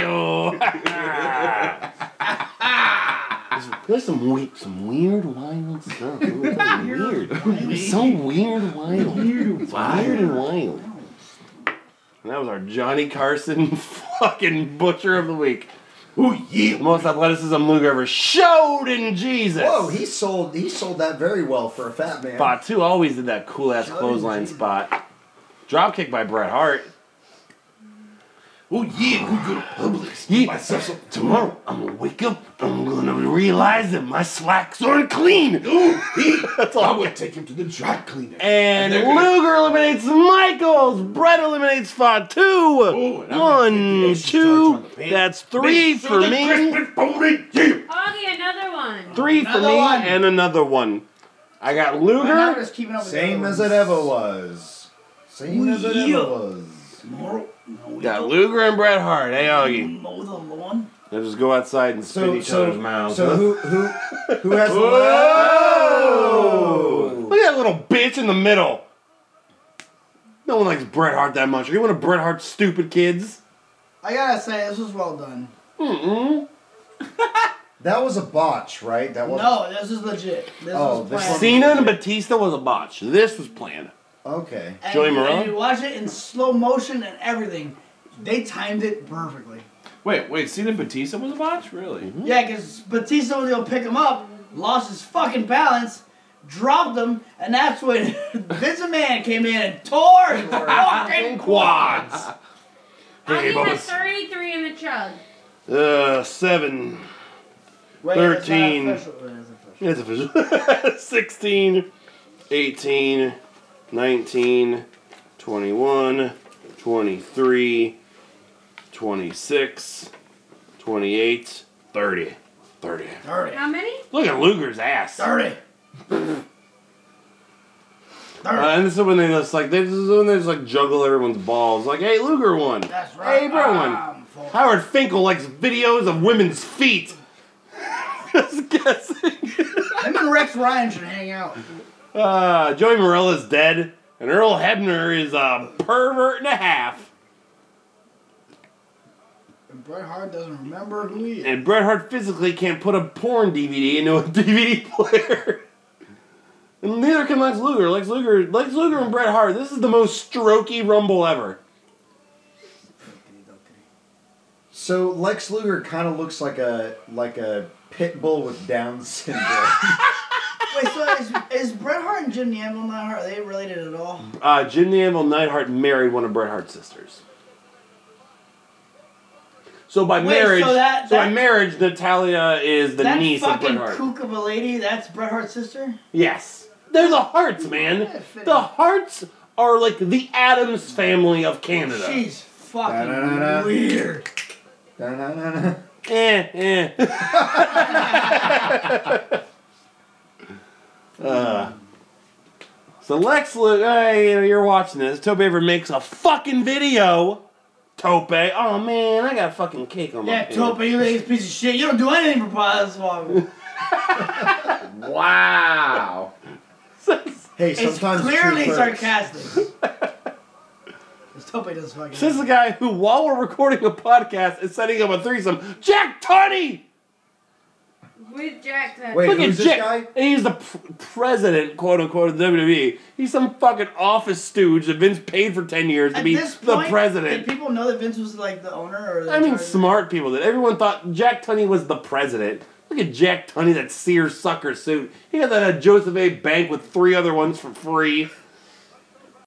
S1: There's some weird, some weird wild stuff. It was so weird. It was so weird wild. Weird, weird and wild. And that was our Johnny Carson fucking butcher of the week. Ooh yeah. Most athleticism Luger ever showed in Jesus.
S3: Whoa, he sold he sold that very well for a fat man.
S1: Batu always did that cool ass clothesline spot. Dropkick by Bret Hart.
S6: oh yeah, we go to Publix.
S1: Yeah. Tomorrow, I'm gonna wake up. I'm gonna realize that my slacks aren't clean. That's all.
S6: I would take him to the dry cleaner.
S1: And
S6: they're gonna-
S1: Luger eliminates Michaels. Brett eliminates Fatu.
S6: and I'm gonna get the
S1: One,
S6: extra charge
S1: two.
S6: on the pants.
S1: That's three
S6: Mr.
S1: for
S6: the
S1: me.
S6: Crispin Body, yeah.
S2: Augie, another one.
S1: Three for
S7: Another
S1: me
S7: one.
S1: and another one. I got
S7: I'm not
S1: Luger.
S7: just keeping up with the
S3: Same
S7: other
S3: as
S7: ones.
S3: it ever was. Same as it
S7: Yeah.
S3: ever was.
S7: Tomorrow? No, we
S1: Got
S7: don't.
S1: Luger and Bret Hart. Hey, Augie.
S7: Mow the lawn.
S1: Now just go outside and spit
S3: So
S1: each
S3: so
S1: other's mouths.
S3: so
S1: huh?
S3: who who who has the
S1: Whoa! Look at that little bitch in the middle. No one likes Bret Hart that much. Are you one of Bret Hart's stupid kids?
S7: I gotta say, this was well done.
S1: Mm-mm.
S3: That was a botch, right? That was
S7: No, this is legit. This
S3: Oh,
S7: was
S3: this
S7: planned.
S1: Cena and Batista was a botch. This was planned.
S3: Okay.
S7: And-
S1: Joey Morella?
S7: And you watch it in slow motion and everything. They timed it perfectly.
S6: Wait, wait, Cena and Batista was a botch? Really?
S1: Mm-hmm.
S7: Yeah, because Batista was gonna pick him up, lost his fucking balance, dropped him, and that's when Vince McMahon came in and tore his fucking
S1: Quads.
S2: I'll
S1: Hey,
S2: give my
S1: Bubba.
S2: 33 in the chug.
S1: Uh, seven.
S7: Wait,
S1: Thirteen.
S7: That's not official. Wait, that's official.
S1: That's official. 16, 18, 19, 21, 23, 26, 28, 30. 30.
S7: Dirty.
S2: How many?
S1: Look at Luger's ass. Uh,
S7: Dirty. Dirty.
S1: Uh, and this is when they just like they this is when they just like juggle everyone's balls. Like, hey, Luger won.
S7: that's right.
S1: Hey, bro, one.
S7: I'm full.
S1: Howard Finkel likes videos of women's feet. just guessing.
S7: Him and Rex Ryan should hang out.
S1: Uh, Joey Morella's dead, and Earl Hebner is a pervert and a half.
S7: And Bret Hart doesn't remember who he is.
S1: And Bret Hart physically can't put a porn DVD into a DVD player. and neither can Lex Luger. Lex Luger, Lex Luger and Bret Hart. This is the most strokey rumble ever.
S3: So Lex Luger kind of looks like a like a pit bull with Down syndrome.
S7: Wait, so is, is Bret Hart and Jim Neal not Hart? Are they related at all?
S1: Uh, Jim the Anvil Neidhart married one of Bret Hart's sisters. So by
S7: Wait, so
S1: marriage, so,
S7: that-
S1: by
S7: that-
S1: marriage, Natalia is the
S7: that
S1: niece of
S7: fucking
S1: Bret Hart.
S7: kook of a lady, that's Bret Hart's sister?
S1: Yes. They're the Hearts, man. The Hearts are like the Adams family of Canada.
S7: She's fucking
S3: Da-da-da-da.
S7: weird.
S3: Da-na-na-na.
S1: Eh, eh. uh, so Lex Luger, hey, you know, you're watching this. Tope ever makes a fucking video. Tope, oh man, I got a fucking cake on my
S7: Yeah,
S1: hand.
S7: Topa, you lazy piece of shit. You don't do anything for Boswell.
S6: Wow.
S3: Hey,
S7: It's
S3: sometimes two
S7: clearly
S3: birds.
S7: sarcastic. Because Topa does fucking.
S1: This is the guy who, while we're recording a podcast, is setting up a threesome. Jack Tunney!
S2: With Jack. Tucker.
S3: Wait,
S1: Look at
S3: who's this
S1: Jack.
S3: guy?
S1: And he's the pr- president, quote unquote, of WWE. E. He's some fucking office stooge that Vince paid for 10 years to
S7: At
S1: be
S7: this
S1: the
S7: point, Did
S1: president.
S7: people know that Vince was like the owner or the
S1: I mean,
S7: charge-
S1: smart people did. Everyone thought Jack Tunney was the president. Look at Jack Tunney, that Sears sucker suit. He had that at Joseph A. Bank with three other ones for free.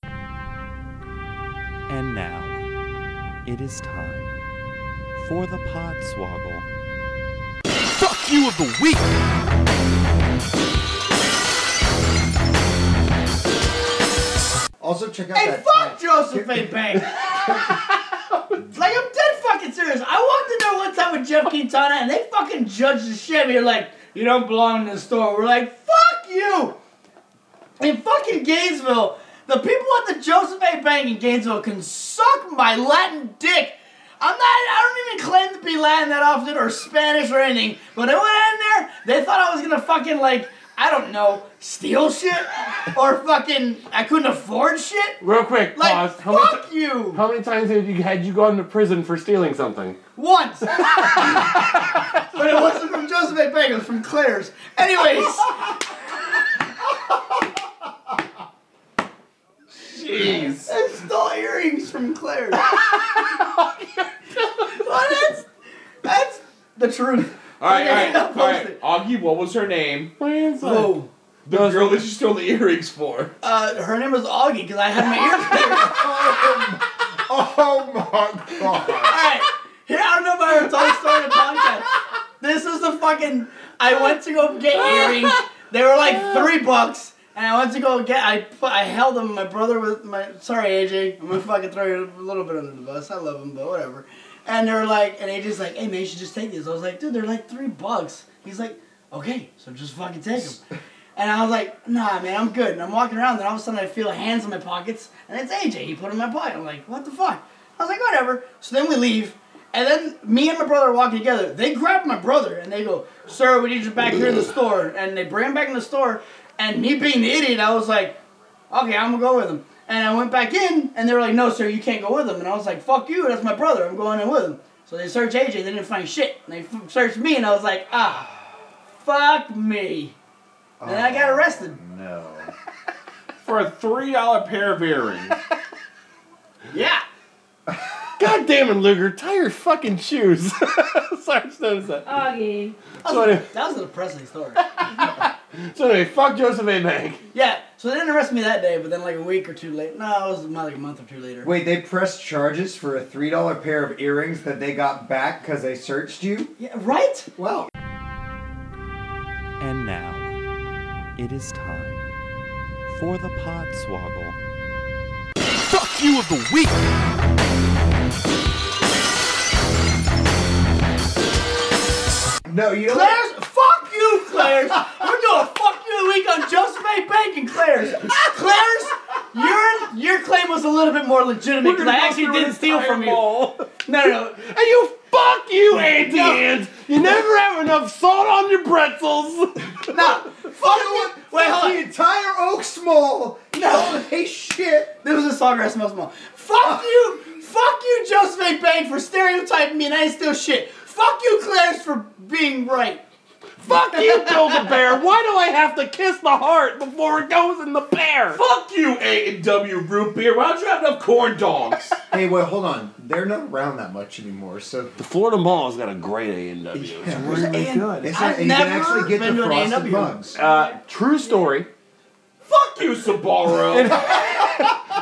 S5: And now, it is time for the Podswoggle. Fuck you of the week!
S3: Also, check out
S7: Hey,
S3: that.
S7: fuck Joseph A. Bank! like, I'm dead fucking serious. I walked in there one time with Jeff Quintana and they fucking judged the shit. You're like, you don't belong in the store. We're like, fuck you! In fucking Gainesville, the people at the Joseph A. Bank in Gainesville can suck my Latin dick. I'm not, I don't even claim to be Latin that often or Spanish or anything, but I went in there, they thought I was gonna fucking, like, I don't know, steal shit? Or fucking, I couldn't afford shit?
S1: Real quick,
S7: Like,
S1: pause. How many,
S7: fuck you!
S1: how many times have you, had you gone to prison for stealing something?
S7: Once! but it wasn't from Joseph A. Bank, it was from Claire's. Anyways. Jeez. I stole earrings from Claire's. well, that's, that's the truth.
S6: Alright, alright,
S7: I'll post
S6: alright.
S7: it.
S6: Augie, what was her name?
S7: Whoa.
S6: The girl that you stole the earrings for.
S7: Uh, her name was Augie because I had my ear pierced.
S3: Oh my god.
S7: Alright. Here, I don't know if I ever told the story in the podcast. This is the fucking. I went to go get earrings. They were like three bucks, and I went to go get. I fu- I held them. My brother was my. Sorry, AJ. I'm gonna fucking throw you a little bit under the bus. I love him, but whatever. And they were like, and AJ's like, hey man, you should just take these. I was like, dude, they're like three bucks. He's like, okay, so just fucking take them. And I was like, nah, man, I'm good. And I'm walking around, then all of a sudden I feel hands in my pockets, and it's AJ. He put it in my pocket. I'm like, what the fuck? I was like, whatever. So then we leave, and then me and my brother are walking together. They grab my brother, and they go, sir, we need you back here in the store. And they bring him back in the store, and me being the idiot, I was like, okay, I'm gonna go with him. And I went back in, and they were like, no, sir, you can't go with him. And I was like, fuck you, that's my brother, I'm going in with him. So they searched AJ, they didn't find shit. And they f- searched me, and I was like, ah, fuck me. And then I got arrested.
S3: No.
S6: For a three dollar pair of earrings.
S7: Yeah.
S1: God damn it, Luger, tie your fucking shoes. Sorry, I just noticed that.
S2: Augie.
S1: So anyway,
S7: That was a depressing story.
S1: so anyway, fuck Joseph A. Bank.
S7: yeah, so they didn't arrest me that day, but then like a week or two later. No, it was about like a month or two later.
S3: Wait, they pressed charges for a three dollar pair of earrings that they got back because they searched you.
S7: Yeah, right?
S3: Wow.
S5: And now, it is time for the Podswoggle. Fuck you of the week!
S3: No, you know what?
S7: Claire's, fuck you, Claire's. We're doing a fuck you of the week on Joseph A. Bank and Claire's. Claire's, your your claim was a little bit more legitimate because I actually didn't steal from you. No, no,
S1: And you fuck you, Auntie Anne. You never have enough salt on your pretzels.
S7: no. no. Fuck you. Wait, hold
S3: the
S7: on.
S3: entire Oaks Mall.
S7: No.
S3: Hey, shit.
S7: There was a song I smell small. Fuck you! Fuck you, Joseph A. Bank, for stereotyping me and I ain't still shit. Fuck you, Clarence, for being right.
S1: fuck you, Build a Bear. Why do I have to kiss the heart before it goes in the bear?
S6: Fuck you, A and W root beer. Why don't you have enough corn dogs?
S3: Hey, wait, hold on. They're not around that much anymore, so
S1: The Florida Mall's got a great A and W.
S3: Yeah.
S7: And
S3: it's
S7: I've
S3: not, you
S7: never
S3: can actually get
S7: been
S3: the
S7: to an
S3: frosted
S7: A&W.
S3: bugs.
S1: Uh, true story.
S6: Fuck you, Sabaro.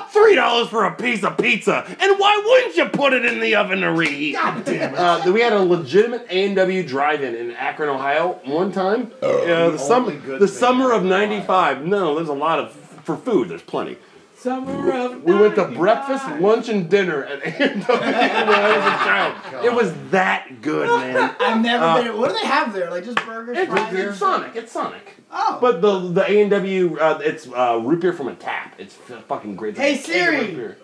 S1: Three dollars for a piece of pizza, and why wouldn't you put it in the oven to reheat? God damn it! Uh, we had a legitimate A and W drive-in in Akron, Ohio, one time. uh, the
S3: the
S1: summer,
S3: only good
S1: the
S3: thing
S1: summer of
S3: in Ohio.
S1: '95. No, there's a lot of for food. There's plenty.
S6: Summer of
S1: We went to
S6: 95.
S1: breakfast, lunch, and dinner at A and W when I was a child. It was that good, man.
S7: I've never been. What do they have there? Like just burgers,
S1: Uh, It's,
S7: fries?
S1: it's Sonic. It's Sonic.
S7: Oh.
S1: But the the A and W, uh, it's uh, root beer from a tap. It's f- fucking great. It's
S7: Hey,
S1: like a keg of
S7: Siri.
S1: root beer.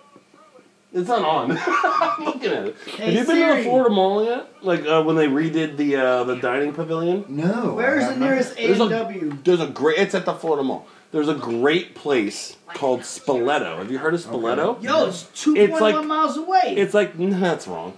S1: It's not on. I'm looking at it. Have you been to
S7: Siri.
S1: the Florida Mall yet? Like uh, when they redid the uh, the dining pavilion?
S3: no.
S7: Where's
S3: I
S7: the
S3: have
S7: nearest A
S1: There's
S7: and
S1: a
S7: W?
S1: there's a great. It's at the Florida Mall. There's a great place called Spoleto. Have you heard of Spoleto?
S7: Yo, it's two point one
S1: like-
S7: miles away.
S1: It's like mm, that's wrong.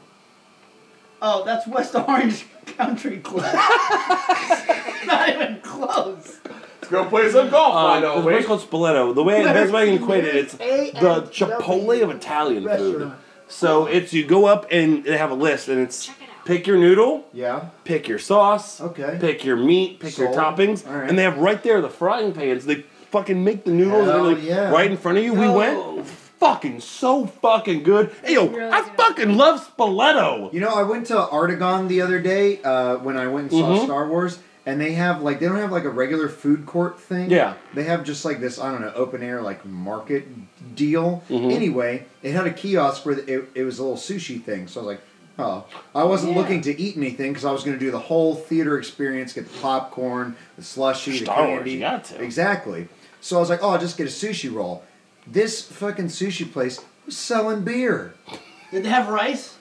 S7: oh, that's West Orange Country Club. It's not even close.
S6: Let's go play some
S7: Oh,
S6: golf. I
S1: Um,
S6: know.
S1: there's a place
S6: Wait.
S1: called Spoleto. The way that's why I can equate it. It's
S4: A and
S1: the Chipotle of
S4: W
S1: Italian food.
S4: restaurant.
S1: So it's you go up and they have a list and it's
S2: Check it out.
S1: pick your noodle,
S3: Yeah.
S1: pick your sauce,
S3: Okay.
S1: pick your meat, pick your
S3: Sold.
S1: toppings,
S3: All right.
S1: and they have right there the frying pans. They fucking make the noodles and
S3: Hell
S1: they're like
S3: yeah.
S1: right in front of you. We
S7: Yo.
S1: went fucking so fucking good. Hey, yo,
S2: really
S1: I
S2: good.
S1: fucking love Spoleto.
S3: You know, I went to Artagon the other day uh, when I went and
S1: Mm-hmm.
S3: saw Star Wars, and they have like they don't have like a regular food court thing.
S1: Yeah.
S3: They have just like this I don't know open air like market deal.
S1: Mm-hmm.
S3: Anyway, it had a kiosk where the, it, it was a little sushi thing. So I was like, oh, I wasn't looking to eat anything because I was going to do the whole theater experience, get the popcorn, the slushy,
S1: Star
S3: the
S1: Wars,
S3: candy.
S1: you got to.
S3: Exactly. So I was like, oh, I'll just get a sushi roll. This fucking sushi place was selling beer.
S7: Did they have rice?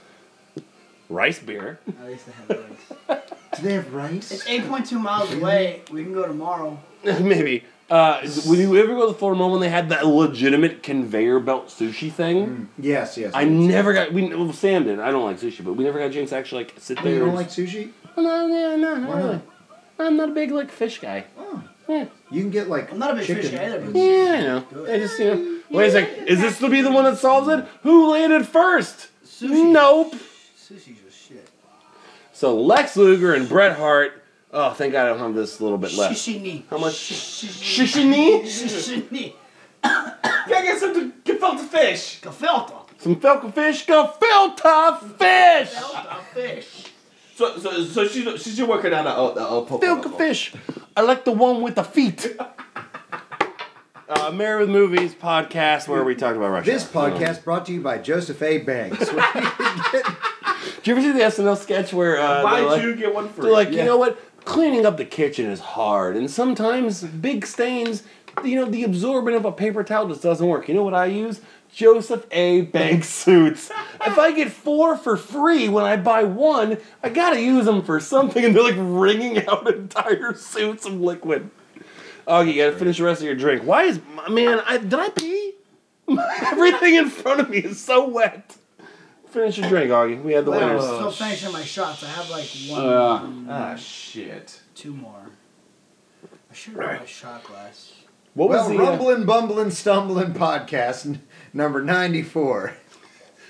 S1: Rice beer.
S7: At least they had rice.
S3: Do they have rice?
S7: It's eight point two miles away. We can go tomorrow.
S1: Maybe. Uh, would you ever go to the Florida Mall when they had that legitimate conveyor belt sushi thing?
S3: Mm, Yes, yes.
S1: I never got. We well, Sam did. I don't like sushi, but we never got a chance to actually like sit
S3: Oh, You
S1: there.
S3: don't
S1: and
S3: like
S1: just- "Oh,
S3: sushi?
S1: no, no, no, no,
S3: Why not?
S1: no. I'm not a big like fish guy.
S3: Oh.
S1: Yeah,
S3: You can get like
S7: I'm not a big
S3: chicken.
S7: fish guy either, but-
S1: yeah I know. I just you know. Wait a sec. Is this to be the one that solves it? Who landed first?
S7: Sushi.
S1: Nope.
S7: Sushi's just shit.
S1: So Lex Luger and Bret Hart. Oh, thank God I don't have this little bit left.
S7: Shishini.
S1: How much?
S7: Shishini.
S1: Shishini.
S7: Shishini.
S6: Gotta get some gefilte fish.
S7: Gefilte.
S1: Some falcon fish. Go filter fish.
S7: Gefilte fish.
S6: So, so, so she's she's working on a, a, a, a
S1: Falcon fish. I like the one with the feet. Uh, Married with Movies podcast where we talked about Russia.
S3: This podcast brought to you by Joseph A. Banks.
S1: Do you ever see the SNL sketch uh, where uh,
S6: Buy
S1: they're like,
S6: two, get one free.
S1: they're like you
S3: Yeah.
S1: know what? cleaning up the kitchen is hard, and sometimes big stains, you know, the absorbent of a paper towel just doesn't work. You know what I use? Joseph A. Bank suits. if I get four for free when I buy one, I gotta use them for something, and they're like wringing out entire suits of liquid. Oh, you gotta finish the rest of your drink. Why is man? I, did I pee? Everything in front of me is so wet. Finish your drink, Augie. We had the
S4: I'm
S1: winners.
S4: still finishing my shots. I have like one,
S1: Oh,
S6: Ah, shit.
S4: two more. I should have brought a shot glass.
S6: What was
S3: Well,
S6: the? uh,
S3: Rumbling, Bumbling, Stumbling podcast n- number 94.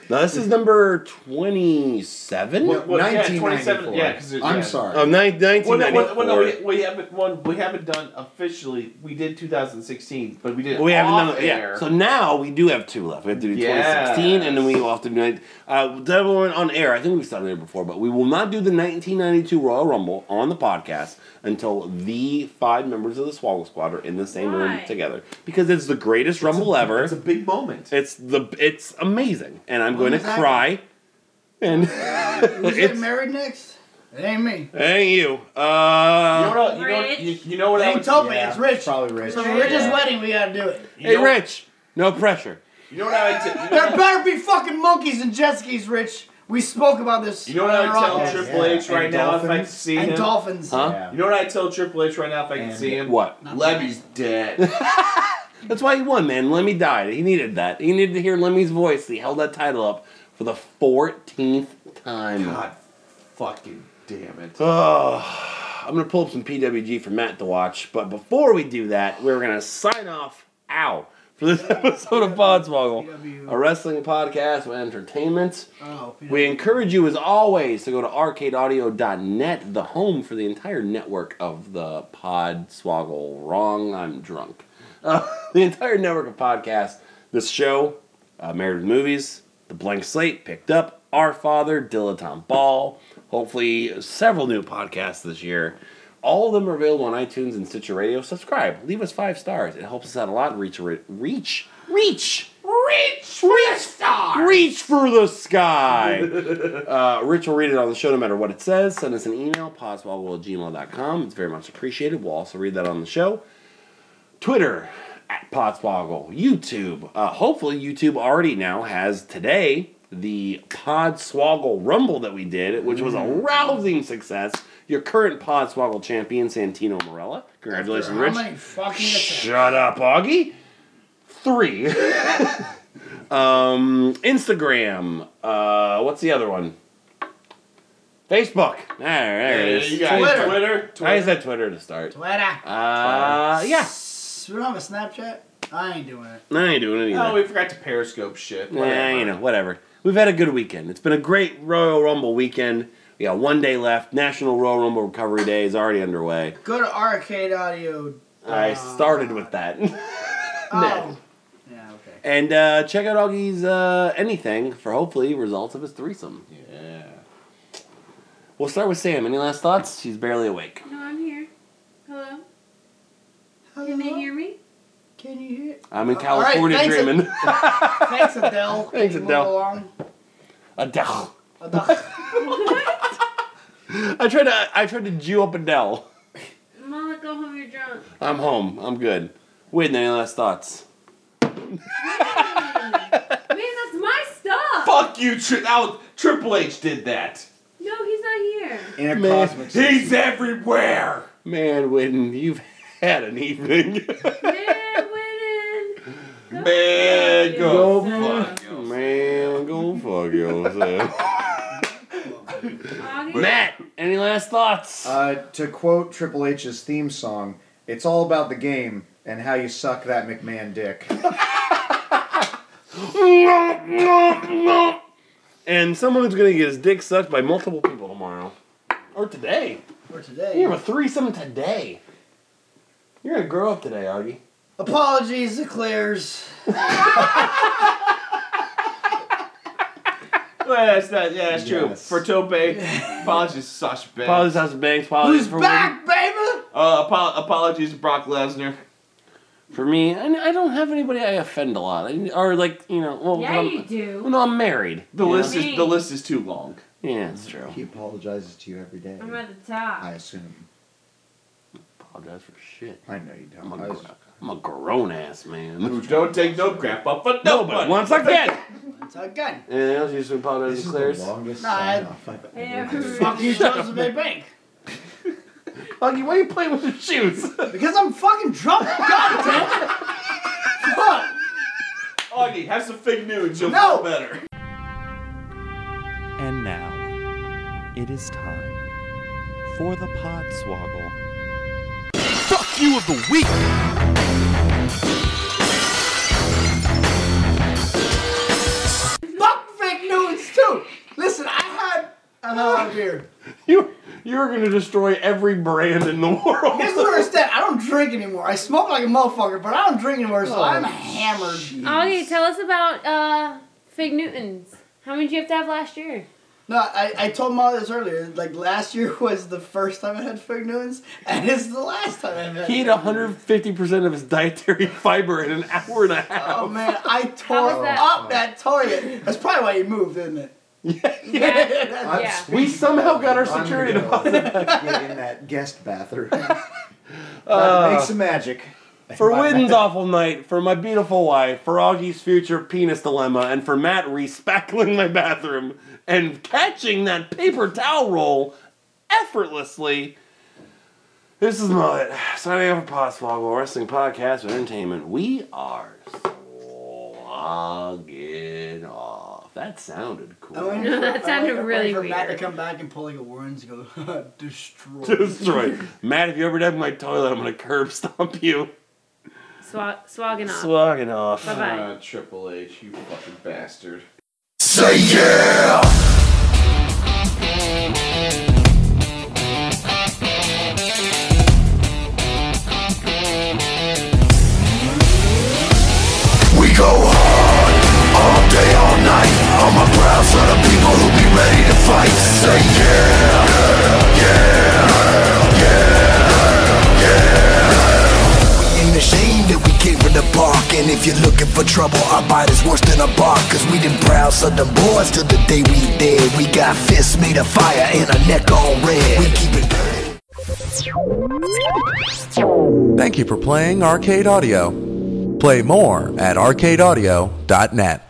S1: Now this is number twenty-seven.
S3: Well,
S6: well, yeah,
S3: 1994.
S6: 27, yeah, 'cause it-
S3: I'm
S6: yeah.
S3: sorry.
S1: Oh, nine,
S6: Well, no,
S1: 1994.
S6: well, well, no, we, we haven't. One, we haven't done officially. We did 2016, but we did. it
S1: We have
S6: off
S1: another, yeah.
S6: air.
S1: So now we do have two left. We have to do
S6: Yes.
S1: 2016, and then we will have to do nine- uh, Devil Woman on air. I think we've done it here before, but we will not do the 1992 Royal Rumble on the podcast until the five members of the Swallow Squad are in the same
S2: Why?
S1: room together because it's the greatest Rumble ever.
S6: It's a big moment.
S1: It's the it's amazing, and I'm going to
S4: was that?
S1: cry. And
S4: Who's getting
S1: it's
S4: married next? It ain't me.
S1: hey you.
S6: You
S1: Uh,
S6: know what? I- You know, what- you, you know what? I
S4: They
S6: would,
S4: told me
S6: yeah.
S4: it's Rich.
S3: Probably Rich.
S4: It's a Rich's
S6: Yeah.
S4: wedding. We gotta do it.
S6: You
S1: hey
S6: know-
S1: Rich, no pressure.
S6: You know what I would t- you know what I-
S4: There better be fucking monkeys and jet skis, Rich. We spoke about this.
S6: You know what I
S4: on
S6: would
S4: our
S6: tell
S4: podcast.
S6: Triple
S3: Yeah,
S6: H right
S3: and
S6: now if I could
S3: dolphins.
S6: see
S4: and
S6: him?
S4: dolphins.
S1: Huh?
S3: Yeah.
S6: You know what I would tell Triple H right now if I could
S3: And
S6: see him?
S1: What?
S6: Levy's dead.
S1: That's why he won, man. Lemmy died. He needed that. He needed to hear Lemmy's voice. He held that title up for the 14th time.
S6: God fucking damn it.
S1: Ugh. I'm going to pull up some PWG for Matt to watch. But before we do that, we're going to sign off, ow, for this episode of Podswoggle, a wrestling podcast with entertainment.
S4: Oh, Peter.
S1: We encourage you, as always, to go to arcadeaudio.net, the home for the entire network of the pod swoggle. Wrong, I'm drunk. Uh, the entire network of podcasts. This show, uh, Married with Movies, The Blank Slate, Picked Up, Our Father, Dilettante Ball, hopefully several new podcasts this year. All of them are available on iTunes and Stitcher Radio. Subscribe, leave us five stars. It helps us out a lot. Reach, reach, reach, reach, reach, reach star, reach for the sky. Uh, Rich will read it on the show no matter what it says. Send us an email, podswoggle It's very much appreciated. We'll also read that on the show. Twitter, at Podswoggle. YouTube. Uh, hopefully, YouTube already now has today the Podswoggle Rumble that we did, which was a
S4: Mm.
S1: rousing success. Your current Podswoggle champion, Santino Morella. Congratulations,
S4: How
S1: Rich.
S4: many fucking attacks?
S1: Shut up, Augie. Three. um, Instagram. Uh, what's the other one? Facebook. There, there it is.
S6: you guys,
S4: Twitter.
S6: Twitter.
S1: I
S6: Twitter.
S1: said Twitter to start.
S4: Twitter.
S1: Uh, yeah.
S4: S- We don't have a Snapchat. I ain't doing it.
S1: No, I ain't doing it either.
S6: Oh, we forgot to Periscope shit.
S1: Yeah,
S6: Whatever.
S1: you know, whatever. We've had a good weekend. It's been a great Royal Rumble weekend. We got one day left. National Royal Rumble Recovery Day is already underway.
S4: Go to Arcade Audio. uh,
S1: I started with that.
S4: Oh. Yeah. Okay.
S1: and uh, check out Augie's uh, anything for hopefully results of his threesome.
S6: Yeah.
S1: We'll start with Sam. Any last thoughts? She's barely awake.
S2: No, I'm here. Hello? Can they hear me?
S4: Can you hear?
S1: I'm in
S4: All right,
S1: California
S4: thanks,
S1: dreaming.
S4: Thanks, Adele.
S1: Thanks,
S4: You move
S1: Adele.
S4: along.
S1: Adele.
S4: Adele.
S1: I tried to I tried to Jew up Adele.
S2: Mama, go home, you're drunk.
S1: I'm home. I'm good. Whitney, any last thoughts?
S2: Man, that's my stuff!
S6: Fuck you, tri- that was- Triple H did that.
S2: No, he's not here.
S3: In a
S1: Man.
S3: cosmic
S6: He's everywhere.
S1: Man, Whitney, you've had an evening.
S2: Man, winning! Go
S6: Man,
S2: fuck
S6: go
S2: yourself.
S6: fuck yourself.
S1: Man, go fuck yourself.
S2: August-
S1: Matt, any last thoughts?
S3: Uh, to quote Triple H's theme song, it's all about the game and how you suck that McMahon dick.
S1: and someone's gonna get his dick sucked by multiple people tomorrow. Or today.
S4: For today.
S1: You have a threesome today. You're gonna grow up today, Augie.
S4: Apologies to Claire's.
S6: Well, that's not, yeah, that's true.
S3: Yes.
S6: For Tope, apologies to Sasha Banks.
S1: Apologies, House of Banks. Apologies
S4: Who's
S1: for
S4: back, baby?
S6: Uh, apo- apologies to Brock Lesnar.
S1: Whitney. For me, I, I don't have anybody I offend a lot. I, or like, you know, well,
S2: Yeah,
S1: I'm,
S2: you
S1: well,
S2: do.
S1: no, I'm married.
S6: The
S1: you
S6: list
S1: know?
S6: is the list is too long.
S1: Yeah, it's true.
S3: He apologizes to you every day.
S2: I'm at the top.
S3: I assume.
S1: apologize for shit.
S3: I know you
S1: I'm
S3: don't. I
S1: a,
S3: was-
S1: gr- I'm a grown ass man.
S6: Who don't take no crap up for nobody.
S1: Once again!
S7: It's a gun.
S1: Anything else you should apologize
S3: this
S1: to
S3: is
S1: Claire's?
S3: the longest
S7: Nah, I-
S3: sign-off I've ever
S2: Yeah.
S3: done.
S7: Fuck you, Joseph A. Bank.
S1: Huggy, why are you playing with your shoes?
S7: Because I'm fucking drunk. God damn it. Fuck.
S6: Augie, have Oh, some fig nudes. You'll
S7: No.
S6: feel better.
S5: And now, it is time for the Podswoggle. Fuck you of the week!
S7: Fuck fake nudes too. Listen, I had a lot of beer.
S1: you, you're gonna destroy every brand in the world.
S7: Here's the worst thing. I don't drink anymore. I smoke like a motherfucker, but I don't drink anymore,
S1: Oh,
S7: so I'm hammered.
S2: Augie, tell us about uh, Fig Newtons. How many did you have to have last year?
S7: No, I, I told Molly this earlier. Like last year was the first time I had fig Newtons, and it's the last time I've had.
S1: He ate
S7: fig
S1: 150% of his dietary fiber in an hour and a half.
S7: Oh man, I
S2: was
S7: tore
S2: that?
S7: up that toilet. That's probably why you moved, isn't it?
S2: Yeah.
S3: I'm
S2: Yeah.
S1: We somehow got our
S3: I'm gonna
S1: security
S3: go
S1: deposit.
S3: Get in that guest bathroom. Gotta
S1: Uh,
S3: make some magic.
S1: For Witten's awful night, for my beautiful wife, for Augie's future penis dilemma, and for Matt respackling my bathroom and catching that paper towel roll effortlessly. This is Mullet, signing off for Podswoggle Wrestling Podcast with Entertainment. We are slogging off. Oh, That sounded cool.
S7: I went-
S2: That sounded
S7: I went
S2: really
S7: for Matt to
S2: weird.
S7: come back and pull like a Warren's go destroy.
S1: Destroyed. Matt, if you ever dug my toilet, I'm gonna curb stomp you.
S2: Swag- swagging off.
S1: Slogging off.
S2: Bye bye.
S6: Uh, Triple H, you fucking bastard.
S8: ain't ashamed that we came from the park And if you're looking for trouble, our body's worse than a bar Cause we done proud southern boys till the day we dead We got fists made of fire and a neck all red We keep it dirty
S9: Thank you for playing Arcade Audio. Play more at arcadeaudio.net.